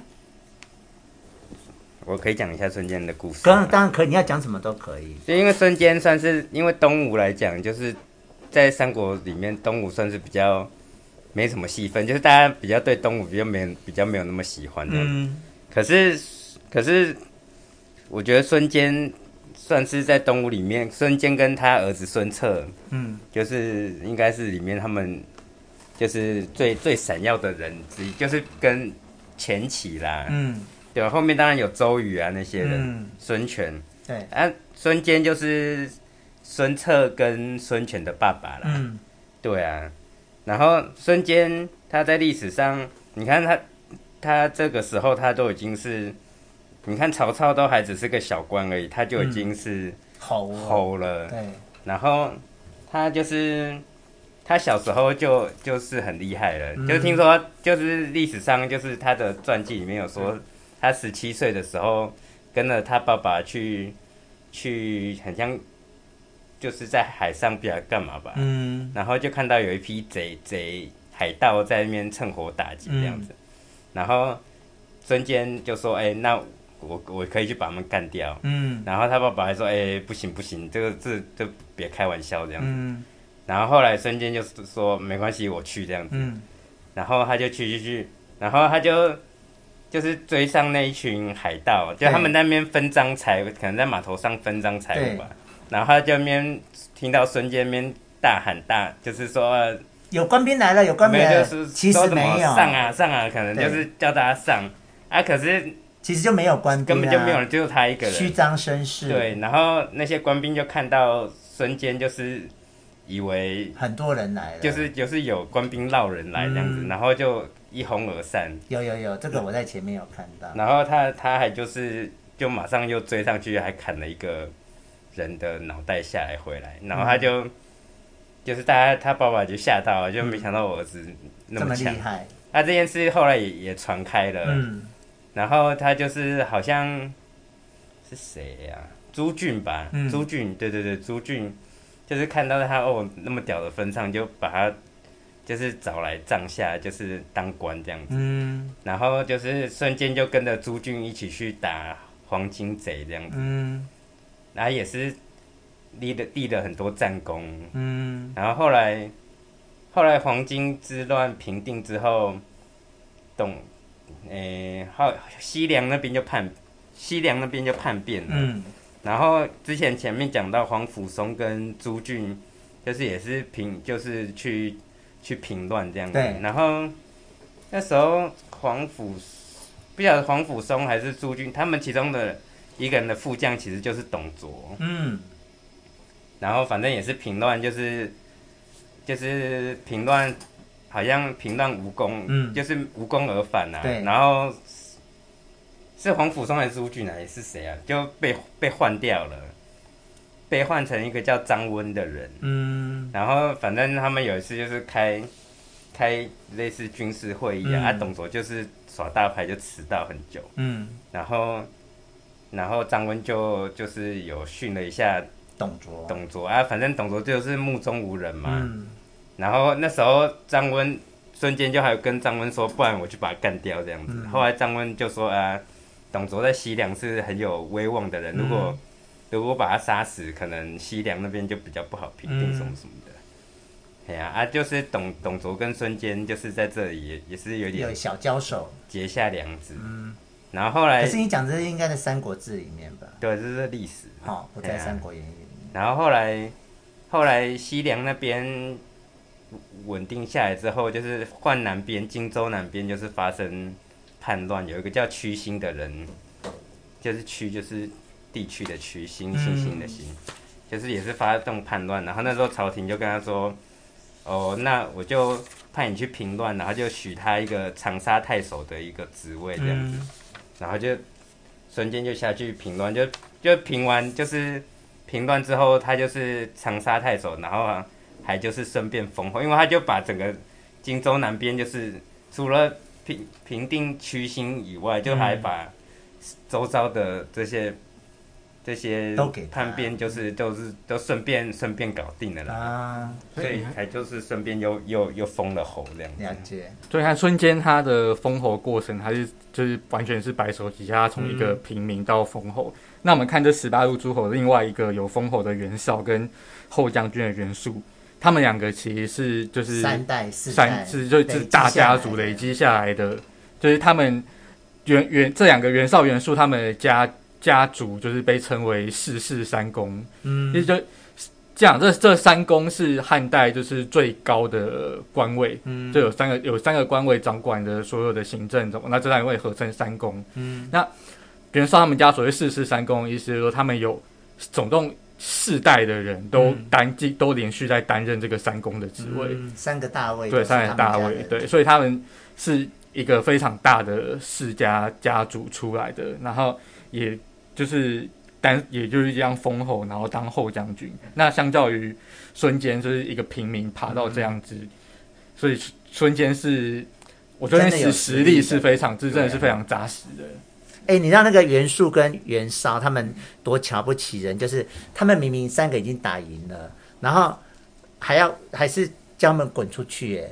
[SPEAKER 2] 我可以讲一下孙坚的故事
[SPEAKER 1] 当
[SPEAKER 2] 吗
[SPEAKER 1] 然。当然可以，你要讲什么都可以。
[SPEAKER 2] 就因为孙坚算是因为东吴来讲，就是在三国里面，东吴算是比较没什么戏份，就是大家比较对东吴比较没比较没有那么喜欢的。
[SPEAKER 1] 嗯，
[SPEAKER 2] 可是，可是，我觉得孙坚算是在东吴里面，孙坚跟他儿子孙策，
[SPEAKER 1] 嗯，
[SPEAKER 2] 就是应该是里面他们就是最最闪耀的人之一，就是跟前期啦，
[SPEAKER 1] 嗯，
[SPEAKER 2] 对吧？后面当然有周瑜啊那些人，
[SPEAKER 1] 嗯，
[SPEAKER 2] 孙权
[SPEAKER 1] 对，
[SPEAKER 2] 啊，孙坚就是孙策跟孙权的爸爸啦。
[SPEAKER 3] 嗯，
[SPEAKER 2] 对啊，然后孙坚他在历史上，你看他他这个时候他都已经是，你看曹操都还只是个小官而已，他就已经是
[SPEAKER 1] 好哦，
[SPEAKER 2] 侯了。
[SPEAKER 1] 对，
[SPEAKER 2] 然后他就是他小时候就就是很厉害了，
[SPEAKER 3] 嗯
[SPEAKER 2] 就听说就是历史上就是他的传记里面有说，
[SPEAKER 3] 嗯
[SPEAKER 2] 他十七岁的时候跟着他爸爸去去很像就是在海上不知道干嘛吧，
[SPEAKER 3] 嗯，
[SPEAKER 2] 然后就看到有一批贼贼海盗在那边趁火打劫这样
[SPEAKER 3] 嗯
[SPEAKER 2] 子，然后孙坚就说：“哎、那我我可以去把他们干掉。”
[SPEAKER 3] 嗯，
[SPEAKER 2] 然后他爸爸还说：“哎、不行不行，这个这这别开玩笑这样。
[SPEAKER 3] 嗯，
[SPEAKER 2] 然后后来孙坚就是说：“没关系，我去这样子。
[SPEAKER 3] 嗯，
[SPEAKER 2] 然后他就去去去，然后他就就是追上那一群海盗，就
[SPEAKER 1] 对
[SPEAKER 2] 他们那边分赃财物，可能在码头上分赃财物吧。然后他就那边听到孙坚那边大喊大，就是说呃
[SPEAKER 1] 有官兵来了，有官兵
[SPEAKER 2] 没
[SPEAKER 1] 来
[SPEAKER 2] 有，
[SPEAKER 1] 了，
[SPEAKER 2] 就是
[SPEAKER 1] 其
[SPEAKER 2] 说
[SPEAKER 1] 实
[SPEAKER 2] 什么
[SPEAKER 1] 没有，
[SPEAKER 2] 上啊上啊，可能就是叫大家上啊，可是
[SPEAKER 1] 其实就没有官兵、啊，
[SPEAKER 2] 根本就没有人，只有他一个人。
[SPEAKER 1] 虚张声势，
[SPEAKER 2] 对，，然后那些官兵就看到孙坚，就是以为
[SPEAKER 1] 很多人来了，
[SPEAKER 2] 就是就是有官兵绕人来这样子，
[SPEAKER 3] 嗯
[SPEAKER 2] 然后就一哄而散。
[SPEAKER 1] 有有有，这个我在前面有看到，
[SPEAKER 2] 然后他他还就是就马上又追上去，还砍了一个人的脑袋下来回来，然后他就、就是大家他爸爸就吓到了，就没想到我儿子那
[SPEAKER 1] 这么厉
[SPEAKER 2] 强。呃
[SPEAKER 1] 害，
[SPEAKER 2] 那、这件事后来也也传开了，
[SPEAKER 3] 嗯，
[SPEAKER 2] 然后他就是好像是谁呀、朱俊吧？
[SPEAKER 3] 嗯
[SPEAKER 2] 朱俊，对对对，朱俊，就是看到他哦那么屌的分上，就把他就是找来帐下，就是当官这样子。
[SPEAKER 3] 嗯，
[SPEAKER 2] 然后就是瞬间就跟着朱俊一起去打黄金贼这样子，
[SPEAKER 3] 嗯，
[SPEAKER 2] 然后也是立了立了很多战功，
[SPEAKER 3] 嗯，
[SPEAKER 2] 然后后来，后来黄巾之乱平定之后，董，诶、后西凉那边就叛，西凉那边就叛变了。
[SPEAKER 3] 嗯，
[SPEAKER 2] 然后之前前面讲到黄甫松跟朱俊，就是也是平，就是去去平乱这样子
[SPEAKER 1] 对。
[SPEAKER 2] 然后那时候黄甫，不晓得黄甫松还是朱俊，他们其中的一个人的副将其实就是董卓。
[SPEAKER 3] 嗯，
[SPEAKER 2] 然后反正也是评论，就是就是评论，好像评论无功，
[SPEAKER 3] 嗯
[SPEAKER 2] 就是无功而返啊。
[SPEAKER 1] 对
[SPEAKER 2] 然后是黄甫松还是朱俊啊？也是谁啊？就被被换掉了，被换成一个叫张温的人。
[SPEAKER 3] 嗯，
[SPEAKER 2] 然后反正他们有一次就是开开类似军事会议啊，
[SPEAKER 3] 嗯
[SPEAKER 2] 啊董卓就是耍大牌就迟到很久，
[SPEAKER 3] 嗯，
[SPEAKER 2] 然后然后张温就就是有训了一下
[SPEAKER 1] 董卓，
[SPEAKER 2] 董卓啊，反正董卓就是目中无人嘛。
[SPEAKER 3] 嗯，
[SPEAKER 2] 然后那时候张温孙坚就还有跟张温说，不然我去把他干掉这样子。
[SPEAKER 3] 嗯
[SPEAKER 2] 后来张温就说啊，董卓在西凉是很有威望的人，
[SPEAKER 3] 嗯
[SPEAKER 2] 如果、如果把他杀死，可能西凉那边就比较不好评定
[SPEAKER 3] 嗯
[SPEAKER 2] 什么什么的。哎呀、啊，就是董董卓跟孙坚就是在这里也也是有
[SPEAKER 1] 有
[SPEAKER 2] 点
[SPEAKER 1] 小交手，
[SPEAKER 2] 结下梁子。
[SPEAKER 3] 嗯，
[SPEAKER 2] 然后后
[SPEAKER 1] 可
[SPEAKER 2] 来
[SPEAKER 1] 是你讲这应该在《三国志》里面吧？
[SPEAKER 2] 对，这是历史。
[SPEAKER 1] 好、不在
[SPEAKER 2] 哎
[SPEAKER 1] 《
[SPEAKER 2] 呀
[SPEAKER 1] 三国演义》里面。
[SPEAKER 2] 然后后来后来西凉那边稳定下来之后，就是换南边荆州南边就是发生叛乱，有一个叫屈兴的人，就是屈就是地区的屈兴，
[SPEAKER 3] 嗯
[SPEAKER 2] 星星的星，就是也是发动叛乱。然后那时候朝廷就跟他说，哦，那我就派你去平乱，然后就许他一个长沙太守的一个职位这样子。
[SPEAKER 3] 嗯，
[SPEAKER 2] 然后就孙坚就下去平乱，就就平完就是平乱之后，他就是长沙太守，然后啊还就是顺便封侯，因为他就把整个荆州南边就是除了平平定区心以外，就还把周遭的这些。这些
[SPEAKER 1] 都给他
[SPEAKER 2] 叛变就是都是都顺便顺便搞定了啦，
[SPEAKER 1] 啊，
[SPEAKER 2] 所以才就是顺便又又又封了侯这样子。
[SPEAKER 1] 了解，
[SPEAKER 3] 所以看孙坚他的封侯过程，他是就是完全是白手起家，他从一个平民到封侯。那我们看这十八路诸侯，另外一个有封侯的袁绍跟后将军的袁术，他们两个其实是就是
[SPEAKER 1] 三代四代
[SPEAKER 3] 三是就是大家族累，积下来的，就是他们袁袁这两个袁绍袁术他们的家家族就是被称为世世三公，
[SPEAKER 1] 嗯
[SPEAKER 3] 其实就这样，这这三公是汉代就是最高的官位，
[SPEAKER 4] 嗯
[SPEAKER 3] 就有三个有三个官位掌管着所有的行政，总那这三个官位合称三公。
[SPEAKER 4] 嗯
[SPEAKER 3] 比如说他们家所谓四世三公，意思是说他们有总共四代的人都
[SPEAKER 4] 嗯
[SPEAKER 3] 担继、都连续在担任这个三公的职位。
[SPEAKER 1] 三个大卫，
[SPEAKER 3] 对，三
[SPEAKER 1] 个
[SPEAKER 3] 个大卫，，对，所以他们是一个非常大的世家家族出来的，然后也就是当也就是这样封侯，然后当后将军。那相较于孙坚，就是一个平民爬到这样子，
[SPEAKER 1] 嗯
[SPEAKER 3] 所以孙孙坚是。我觉得
[SPEAKER 1] 真的有
[SPEAKER 3] 实
[SPEAKER 1] 实
[SPEAKER 3] 实
[SPEAKER 1] 力
[SPEAKER 3] 力
[SPEAKER 1] 的啊
[SPEAKER 3] 是非常，这真的
[SPEAKER 4] 对
[SPEAKER 3] 是非常扎实的。
[SPEAKER 1] 哎、你让那个袁术跟袁绍他们多瞧不起人，就是他们明明三个已经打赢了，然后还要还是叫他们滚出去、哎，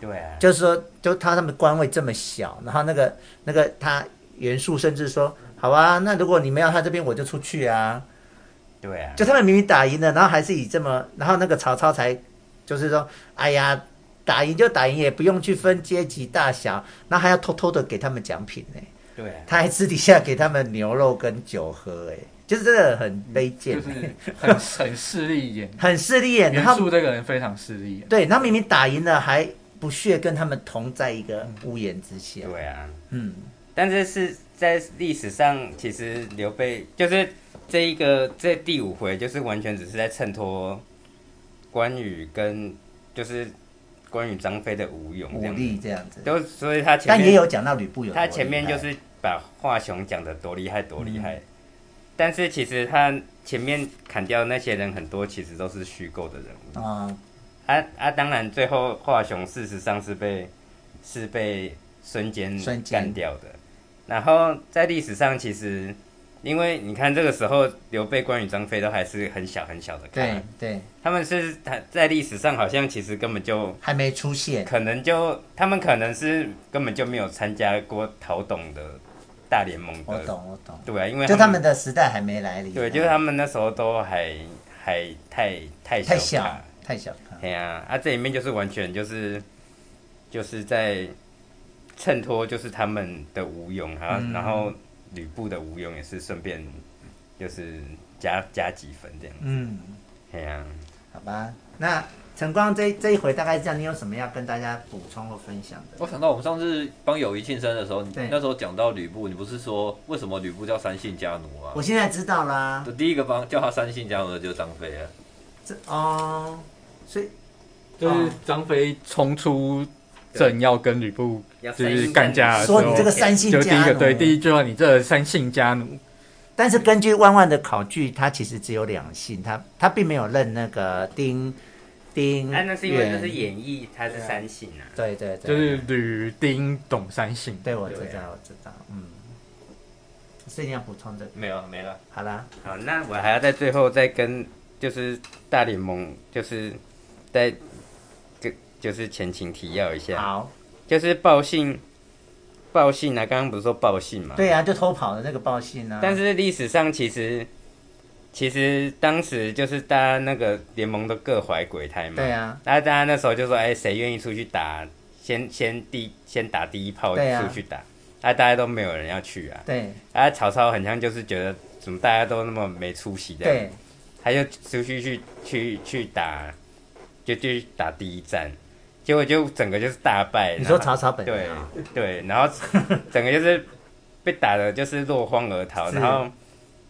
[SPEAKER 2] 对啊，
[SPEAKER 1] 就是说，就他他们官位这么小，然后那个那个他袁术甚至说，好啊，那如果你们要他这边，我就出去啊。
[SPEAKER 2] 对啊，
[SPEAKER 1] 就他们明明打赢了，然后还是以这么，然后那个曹操才就是说，哎呀，打赢就打赢，也不用去分阶级大小，那还要偷偷的给他们奖品呢、
[SPEAKER 2] 对啊，
[SPEAKER 1] 他还私底下给他们牛肉跟酒喝、哎，就是真的很卑
[SPEAKER 3] 就
[SPEAKER 1] 贱、，
[SPEAKER 3] 是很很势利眼
[SPEAKER 1] 很势利眼。
[SPEAKER 3] 袁
[SPEAKER 1] 然后
[SPEAKER 3] 术这个人非常势利眼。
[SPEAKER 1] 对，他明明打赢了，还不屑跟他们同在一个屋檐之下。
[SPEAKER 2] 对啊。
[SPEAKER 1] 嗯，
[SPEAKER 2] 但是是在历史上，其实刘备就是这一个这第五回，就是完全只是在衬托关羽跟就是关羽张飞的武勇这
[SPEAKER 1] 武
[SPEAKER 2] 样
[SPEAKER 1] 力这样子。
[SPEAKER 2] 都所以他前
[SPEAKER 1] 但
[SPEAKER 2] 面
[SPEAKER 1] 也有讲到吕布有多
[SPEAKER 2] 他前面
[SPEAKER 1] 厉害
[SPEAKER 2] 就是把华雄讲的多厉害多厉
[SPEAKER 1] 嗯
[SPEAKER 2] 害，但是其实他前面砍掉那些人很多，其实都是虚构的人物。
[SPEAKER 1] 啊、
[SPEAKER 2] 啊啊！当然，最后华雄事实上是被是被孙坚
[SPEAKER 1] 孙坚
[SPEAKER 2] 干掉的。然后在历史上，其实因为你看这个时候，刘备、关羽、张飞都还是很小很小的咖
[SPEAKER 1] 对，对，
[SPEAKER 2] 他们是他在历史上好像其实根本就
[SPEAKER 1] 还没出现，
[SPEAKER 2] 可能就他们可能是根本就没有参加过陶董的大联盟
[SPEAKER 1] 我
[SPEAKER 2] 的，
[SPEAKER 1] 懂我懂，
[SPEAKER 2] 对啊，因为
[SPEAKER 1] 就他们的时代还没来临，
[SPEAKER 2] 对，就是他们那时候都还还太太
[SPEAKER 1] 太
[SPEAKER 2] 小
[SPEAKER 1] 小
[SPEAKER 2] 咖
[SPEAKER 1] 太小看，
[SPEAKER 2] 对呀、啊，这里面就是完全就是就是在衬托就是他们的无勇，然
[SPEAKER 3] 嗯
[SPEAKER 2] 后、然后吕布的无勇也是顺便就是加加几分这样。啊
[SPEAKER 1] 嗯，
[SPEAKER 2] 对呀、
[SPEAKER 1] 好吧，那晨光这这一回大概是这样，你有什么要跟大家补充或分享的？
[SPEAKER 4] 我想到我们上次帮友谊庆生的时候，你
[SPEAKER 1] 对
[SPEAKER 4] 那时候讲到吕布，你不是说为什么吕布叫三姓家奴啊吗
[SPEAKER 1] 我？现在知道啦
[SPEAKER 4] 就，第一个帮叫他三姓家奴的就是张飞啊，
[SPEAKER 1] 这哦，所以啊
[SPEAKER 3] 就是张飞冲出正要跟吕布
[SPEAKER 2] 要
[SPEAKER 3] 就是干架的时候
[SPEAKER 1] 说你这个三姓
[SPEAKER 3] 就第一
[SPEAKER 1] 家
[SPEAKER 3] 个
[SPEAKER 1] 奴，
[SPEAKER 3] 对，第一句话，你这三姓家奴，
[SPEAKER 1] 但是根据万万的考据，他其实只有两姓，他他并没有认那个丁
[SPEAKER 3] 嗯
[SPEAKER 1] 丁
[SPEAKER 2] 啊，
[SPEAKER 1] 原，
[SPEAKER 2] 那是因为这是演义，它是三姓啊。
[SPEAKER 1] 对对对，
[SPEAKER 3] 就是吕、丁、董三姓。
[SPEAKER 1] 对，我知
[SPEAKER 2] 对
[SPEAKER 1] 道，我知道，嗯。所以你要补充这个，
[SPEAKER 4] 没有啊没了。
[SPEAKER 1] 好啦，
[SPEAKER 2] 好，那我还要在最后再跟就是大联盟就是在跟就是前情提要一下，
[SPEAKER 1] 好，
[SPEAKER 2] 就是报信报信啊，刚刚不是说报信嘛？
[SPEAKER 1] 对呀、就偷跑的那个报信啊。
[SPEAKER 2] 但是历史上其实，其实当时就是大家那个联盟都各怀鬼胎嘛。
[SPEAKER 1] 对啊。
[SPEAKER 2] 那大家那时候就说，哎，谁愿意出去打？先先第先打第一炮
[SPEAKER 1] 对啊
[SPEAKER 2] 出去打。那、大家都没有人要去啊。
[SPEAKER 1] 对
[SPEAKER 2] 啊，曹操很像就是觉得怎么大家都那么没出息这样，
[SPEAKER 1] 对，
[SPEAKER 2] 他就出去去去去打，就去打第一战，结果就整个就是大败。
[SPEAKER 1] 你说
[SPEAKER 2] 然后
[SPEAKER 1] 曹操本
[SPEAKER 2] 对
[SPEAKER 1] 人啊
[SPEAKER 2] 对，然后 整个就是被打的，就是落荒而逃，
[SPEAKER 1] 是
[SPEAKER 2] 然后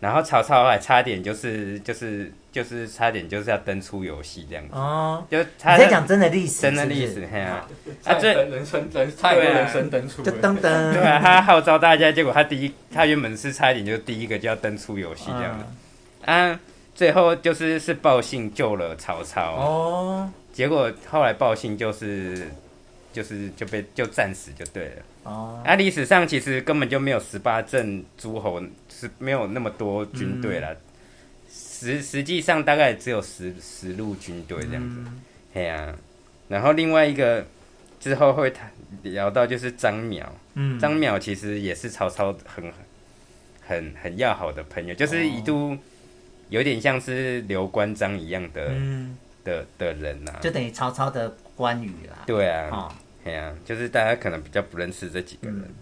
[SPEAKER 2] 然后曹操还差点就是就是就是差点就是要登出游戏这样子，
[SPEAKER 1] 哦，
[SPEAKER 2] 就
[SPEAKER 1] 你
[SPEAKER 2] 他
[SPEAKER 1] 在讲真的历史，
[SPEAKER 2] 真的
[SPEAKER 1] 是不是
[SPEAKER 2] 历史，，嘿啊，
[SPEAKER 3] 啊，
[SPEAKER 2] 这
[SPEAKER 3] 这人生人差一个
[SPEAKER 2] 对啊
[SPEAKER 3] 人生登出了，
[SPEAKER 1] 就噔
[SPEAKER 2] 对
[SPEAKER 1] 噔，
[SPEAKER 2] 啊，他号召大家，结果他第一，他原本是差一点就第一个就要登出游戏这
[SPEAKER 1] 嗯
[SPEAKER 2] 样子，啊，最后就是是报信救了曹操，
[SPEAKER 1] 哦
[SPEAKER 2] 结果后来报信就是就是就被就战死就对了。
[SPEAKER 1] 哦，
[SPEAKER 2] 啊，历史上其实根本就没有十八镇诸侯，是没有那么多军队
[SPEAKER 1] 嗯
[SPEAKER 2] 啦。实实际上大概只有十十路军队这样子。
[SPEAKER 1] 嗯
[SPEAKER 2] 嘿呀、然后另外一个之后会谈聊到就是张邈，
[SPEAKER 1] 嗯，
[SPEAKER 2] 张邈其实也是曹操很很很要好的朋友，
[SPEAKER 1] 哦
[SPEAKER 2] 就是一度有点像是刘关张一样的、
[SPEAKER 1] 嗯，
[SPEAKER 2] 的的人呐、
[SPEAKER 1] 就等于曹操的关羽啦，
[SPEAKER 2] 对啊，
[SPEAKER 1] 哦，
[SPEAKER 2] 哎呀、就是大家可能比较不认识这几个人，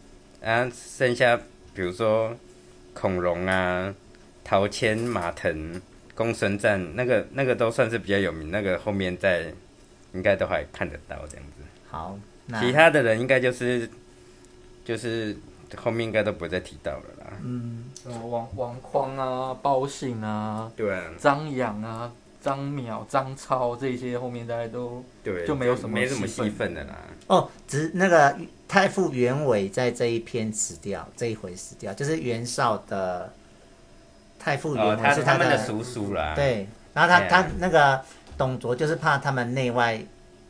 [SPEAKER 2] 啊，剩下比如说孔融啊、陶谦、马腾、宫神站那个那个都算是比较有名，那个后面在应该都还看得到这样子。
[SPEAKER 1] 好，那
[SPEAKER 2] 其他的人应该就是就是后面应该都不会再提到了啦。
[SPEAKER 1] 嗯，
[SPEAKER 3] 什么王王匡啊、包信啊、
[SPEAKER 2] 对啊，
[SPEAKER 3] 张扬啊、张淼、张超这些，后面大家都
[SPEAKER 2] 对，
[SPEAKER 3] 就没有什么
[SPEAKER 2] 没什么
[SPEAKER 3] 戏
[SPEAKER 2] 戏
[SPEAKER 3] 份
[SPEAKER 2] 份的啦。
[SPEAKER 1] 哦，只那个太傅袁伟在这一篇死掉，这一回死掉，就是袁绍的太傅
[SPEAKER 2] 哦，
[SPEAKER 1] 袁伟
[SPEAKER 2] 他
[SPEAKER 1] 是
[SPEAKER 2] 他们
[SPEAKER 1] 的
[SPEAKER 2] 的叔叔啦，
[SPEAKER 1] 对，然后他
[SPEAKER 2] 对啊
[SPEAKER 1] 他那个董卓就是怕他们内外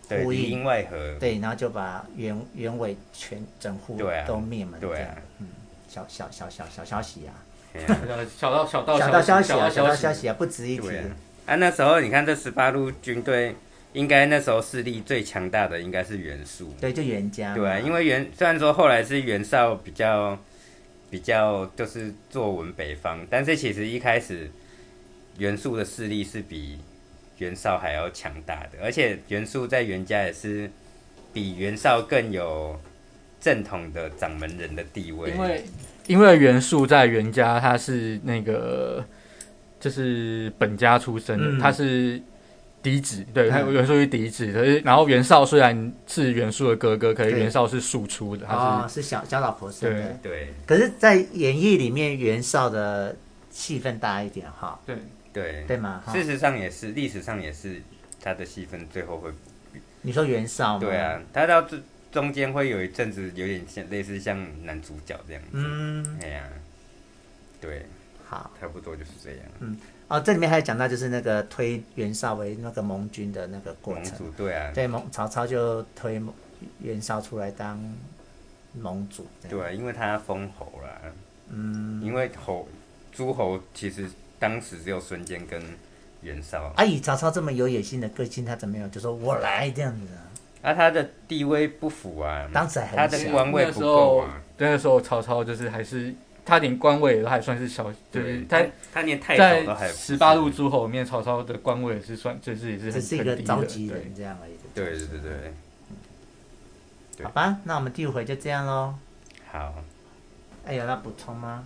[SPEAKER 2] 对，
[SPEAKER 1] 呼
[SPEAKER 2] 里
[SPEAKER 1] 应，
[SPEAKER 2] 应外合，
[SPEAKER 1] 对，然后就把袁袁伟全整户
[SPEAKER 2] 对啊
[SPEAKER 1] 都灭门，
[SPEAKER 2] 对啊
[SPEAKER 1] 这样嗯，小小小小小消息啊，
[SPEAKER 2] 嘿啊
[SPEAKER 3] 小道小道
[SPEAKER 1] 小道消息
[SPEAKER 3] 小
[SPEAKER 1] 啊，
[SPEAKER 3] 道
[SPEAKER 1] 小道消
[SPEAKER 3] 消
[SPEAKER 1] 息啊，不值一提，
[SPEAKER 2] 对啊，啊那时候你看这十八路军队，应该那时候势力最强大的应该是袁术，
[SPEAKER 1] 对，就袁家嘛，
[SPEAKER 2] 对啊，因为袁虽然说后来是袁绍比较比较就是坐稳北方，但是其实一开始袁术的势力是比袁绍还要强大的，而且袁术在袁家也是比袁绍更有正统的掌门人的地位，
[SPEAKER 3] 因为因为袁术在袁家，他是那个就是本家出身的，
[SPEAKER 1] 嗯
[SPEAKER 3] 他是嫡子，
[SPEAKER 1] 嗯
[SPEAKER 3] 对，他袁术是嫡子。可是然后袁绍虽然是袁术的哥哥，可是
[SPEAKER 1] 对
[SPEAKER 3] 袁绍是庶出的，他
[SPEAKER 1] 哦
[SPEAKER 3] 是
[SPEAKER 1] 是小小老婆生的
[SPEAKER 3] 对，
[SPEAKER 2] 对
[SPEAKER 1] 可是，在演义里面，袁绍的戏份大一点哈，
[SPEAKER 3] 对
[SPEAKER 2] 对，
[SPEAKER 1] 对吗？哈
[SPEAKER 2] 事实上也是，历史上也是他的戏份最后会
[SPEAKER 1] 你说袁绍吗？
[SPEAKER 2] 对啊，，他到中中间会有一阵子有点像类似像男主角这样子。
[SPEAKER 1] 嗯，
[SPEAKER 2] 哎呀，对，
[SPEAKER 1] 好
[SPEAKER 2] 差不多就是这样。
[SPEAKER 1] 哦，这里面还有讲到就是那个推袁绍为那个盟军的那个过
[SPEAKER 2] 盟
[SPEAKER 1] 程，
[SPEAKER 2] 主对啊，
[SPEAKER 1] 对，盟曹操就推盟袁绍出来当盟主，这样
[SPEAKER 2] 对啊，因为他封侯啦，
[SPEAKER 1] 嗯，
[SPEAKER 2] 因为侯诸侯其实当时只有孙坚跟袁绍，
[SPEAKER 1] 啊，以曹操这么有野心的个性，他怎么有就说我来这样子啊？
[SPEAKER 2] 啊，他的地位不符啊，
[SPEAKER 1] 当时还
[SPEAKER 2] 他
[SPEAKER 1] 很
[SPEAKER 2] 的
[SPEAKER 1] 小，
[SPEAKER 2] 官位不够啊，
[SPEAKER 3] 那个时候曹操就是还是他连官位都还算是小，就是
[SPEAKER 2] 对，
[SPEAKER 3] 他
[SPEAKER 2] 他他连
[SPEAKER 1] 哎
[SPEAKER 2] 太守都还
[SPEAKER 3] 在
[SPEAKER 2] 不
[SPEAKER 3] 十
[SPEAKER 2] 是
[SPEAKER 3] 八路诸侯里面，曹操的官位也是算就是也是
[SPEAKER 1] 只
[SPEAKER 3] 很
[SPEAKER 1] 是一
[SPEAKER 3] 很
[SPEAKER 1] 个
[SPEAKER 3] 低的
[SPEAKER 1] 召集
[SPEAKER 3] 对
[SPEAKER 1] 人这样而已。
[SPEAKER 2] 对对对对，对
[SPEAKER 1] 好吧，那我们第五回就这样喽。
[SPEAKER 2] 好，
[SPEAKER 1] 哎，有要补充吗？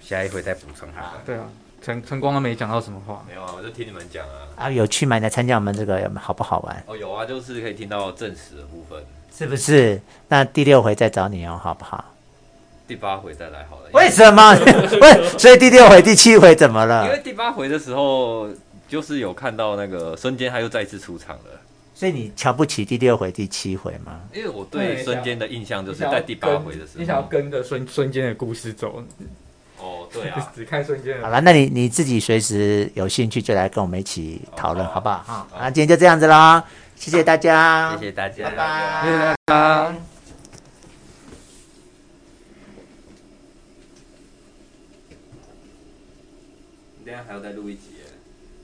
[SPEAKER 2] 下一回再补充好了。
[SPEAKER 3] 对啊，陈陈光都没讲到什么话。
[SPEAKER 4] 没有啊，我就听你们讲啊。
[SPEAKER 1] 啊，有去买来参加我们这个好不好玩？
[SPEAKER 4] 哦，有啊，就是可以听到正史的部分，
[SPEAKER 1] 是不是？那第六回再找你哦，好不好？
[SPEAKER 4] 第八回再来好了。因
[SPEAKER 1] 为什么？ 为所以第六回、第七回怎么
[SPEAKER 4] 因为
[SPEAKER 1] 了？
[SPEAKER 4] 第八回的时候，就是有看到那个孙坚他又再次出场了。
[SPEAKER 1] 所以你瞧不起第六回、第七回吗？
[SPEAKER 4] 因为我对
[SPEAKER 3] 对
[SPEAKER 4] 孙坚的印象就是
[SPEAKER 3] 你想要
[SPEAKER 4] 在第八回的时
[SPEAKER 3] 跟你想要
[SPEAKER 4] 候。
[SPEAKER 3] 跟着孙孙坚的故事走，，
[SPEAKER 4] 哦，对啊
[SPEAKER 3] 只看孙坚
[SPEAKER 1] 好
[SPEAKER 3] 的。
[SPEAKER 1] 了，那你你自己随时有兴趣就来跟我们一起讨论，
[SPEAKER 4] 好
[SPEAKER 1] 好不哦好？好，那今天就这样子啦，谢谢大家，
[SPEAKER 2] 谢谢大家，
[SPEAKER 1] 拜拜，
[SPEAKER 3] 谢谢大家。
[SPEAKER 4] 等一下还要再录一集。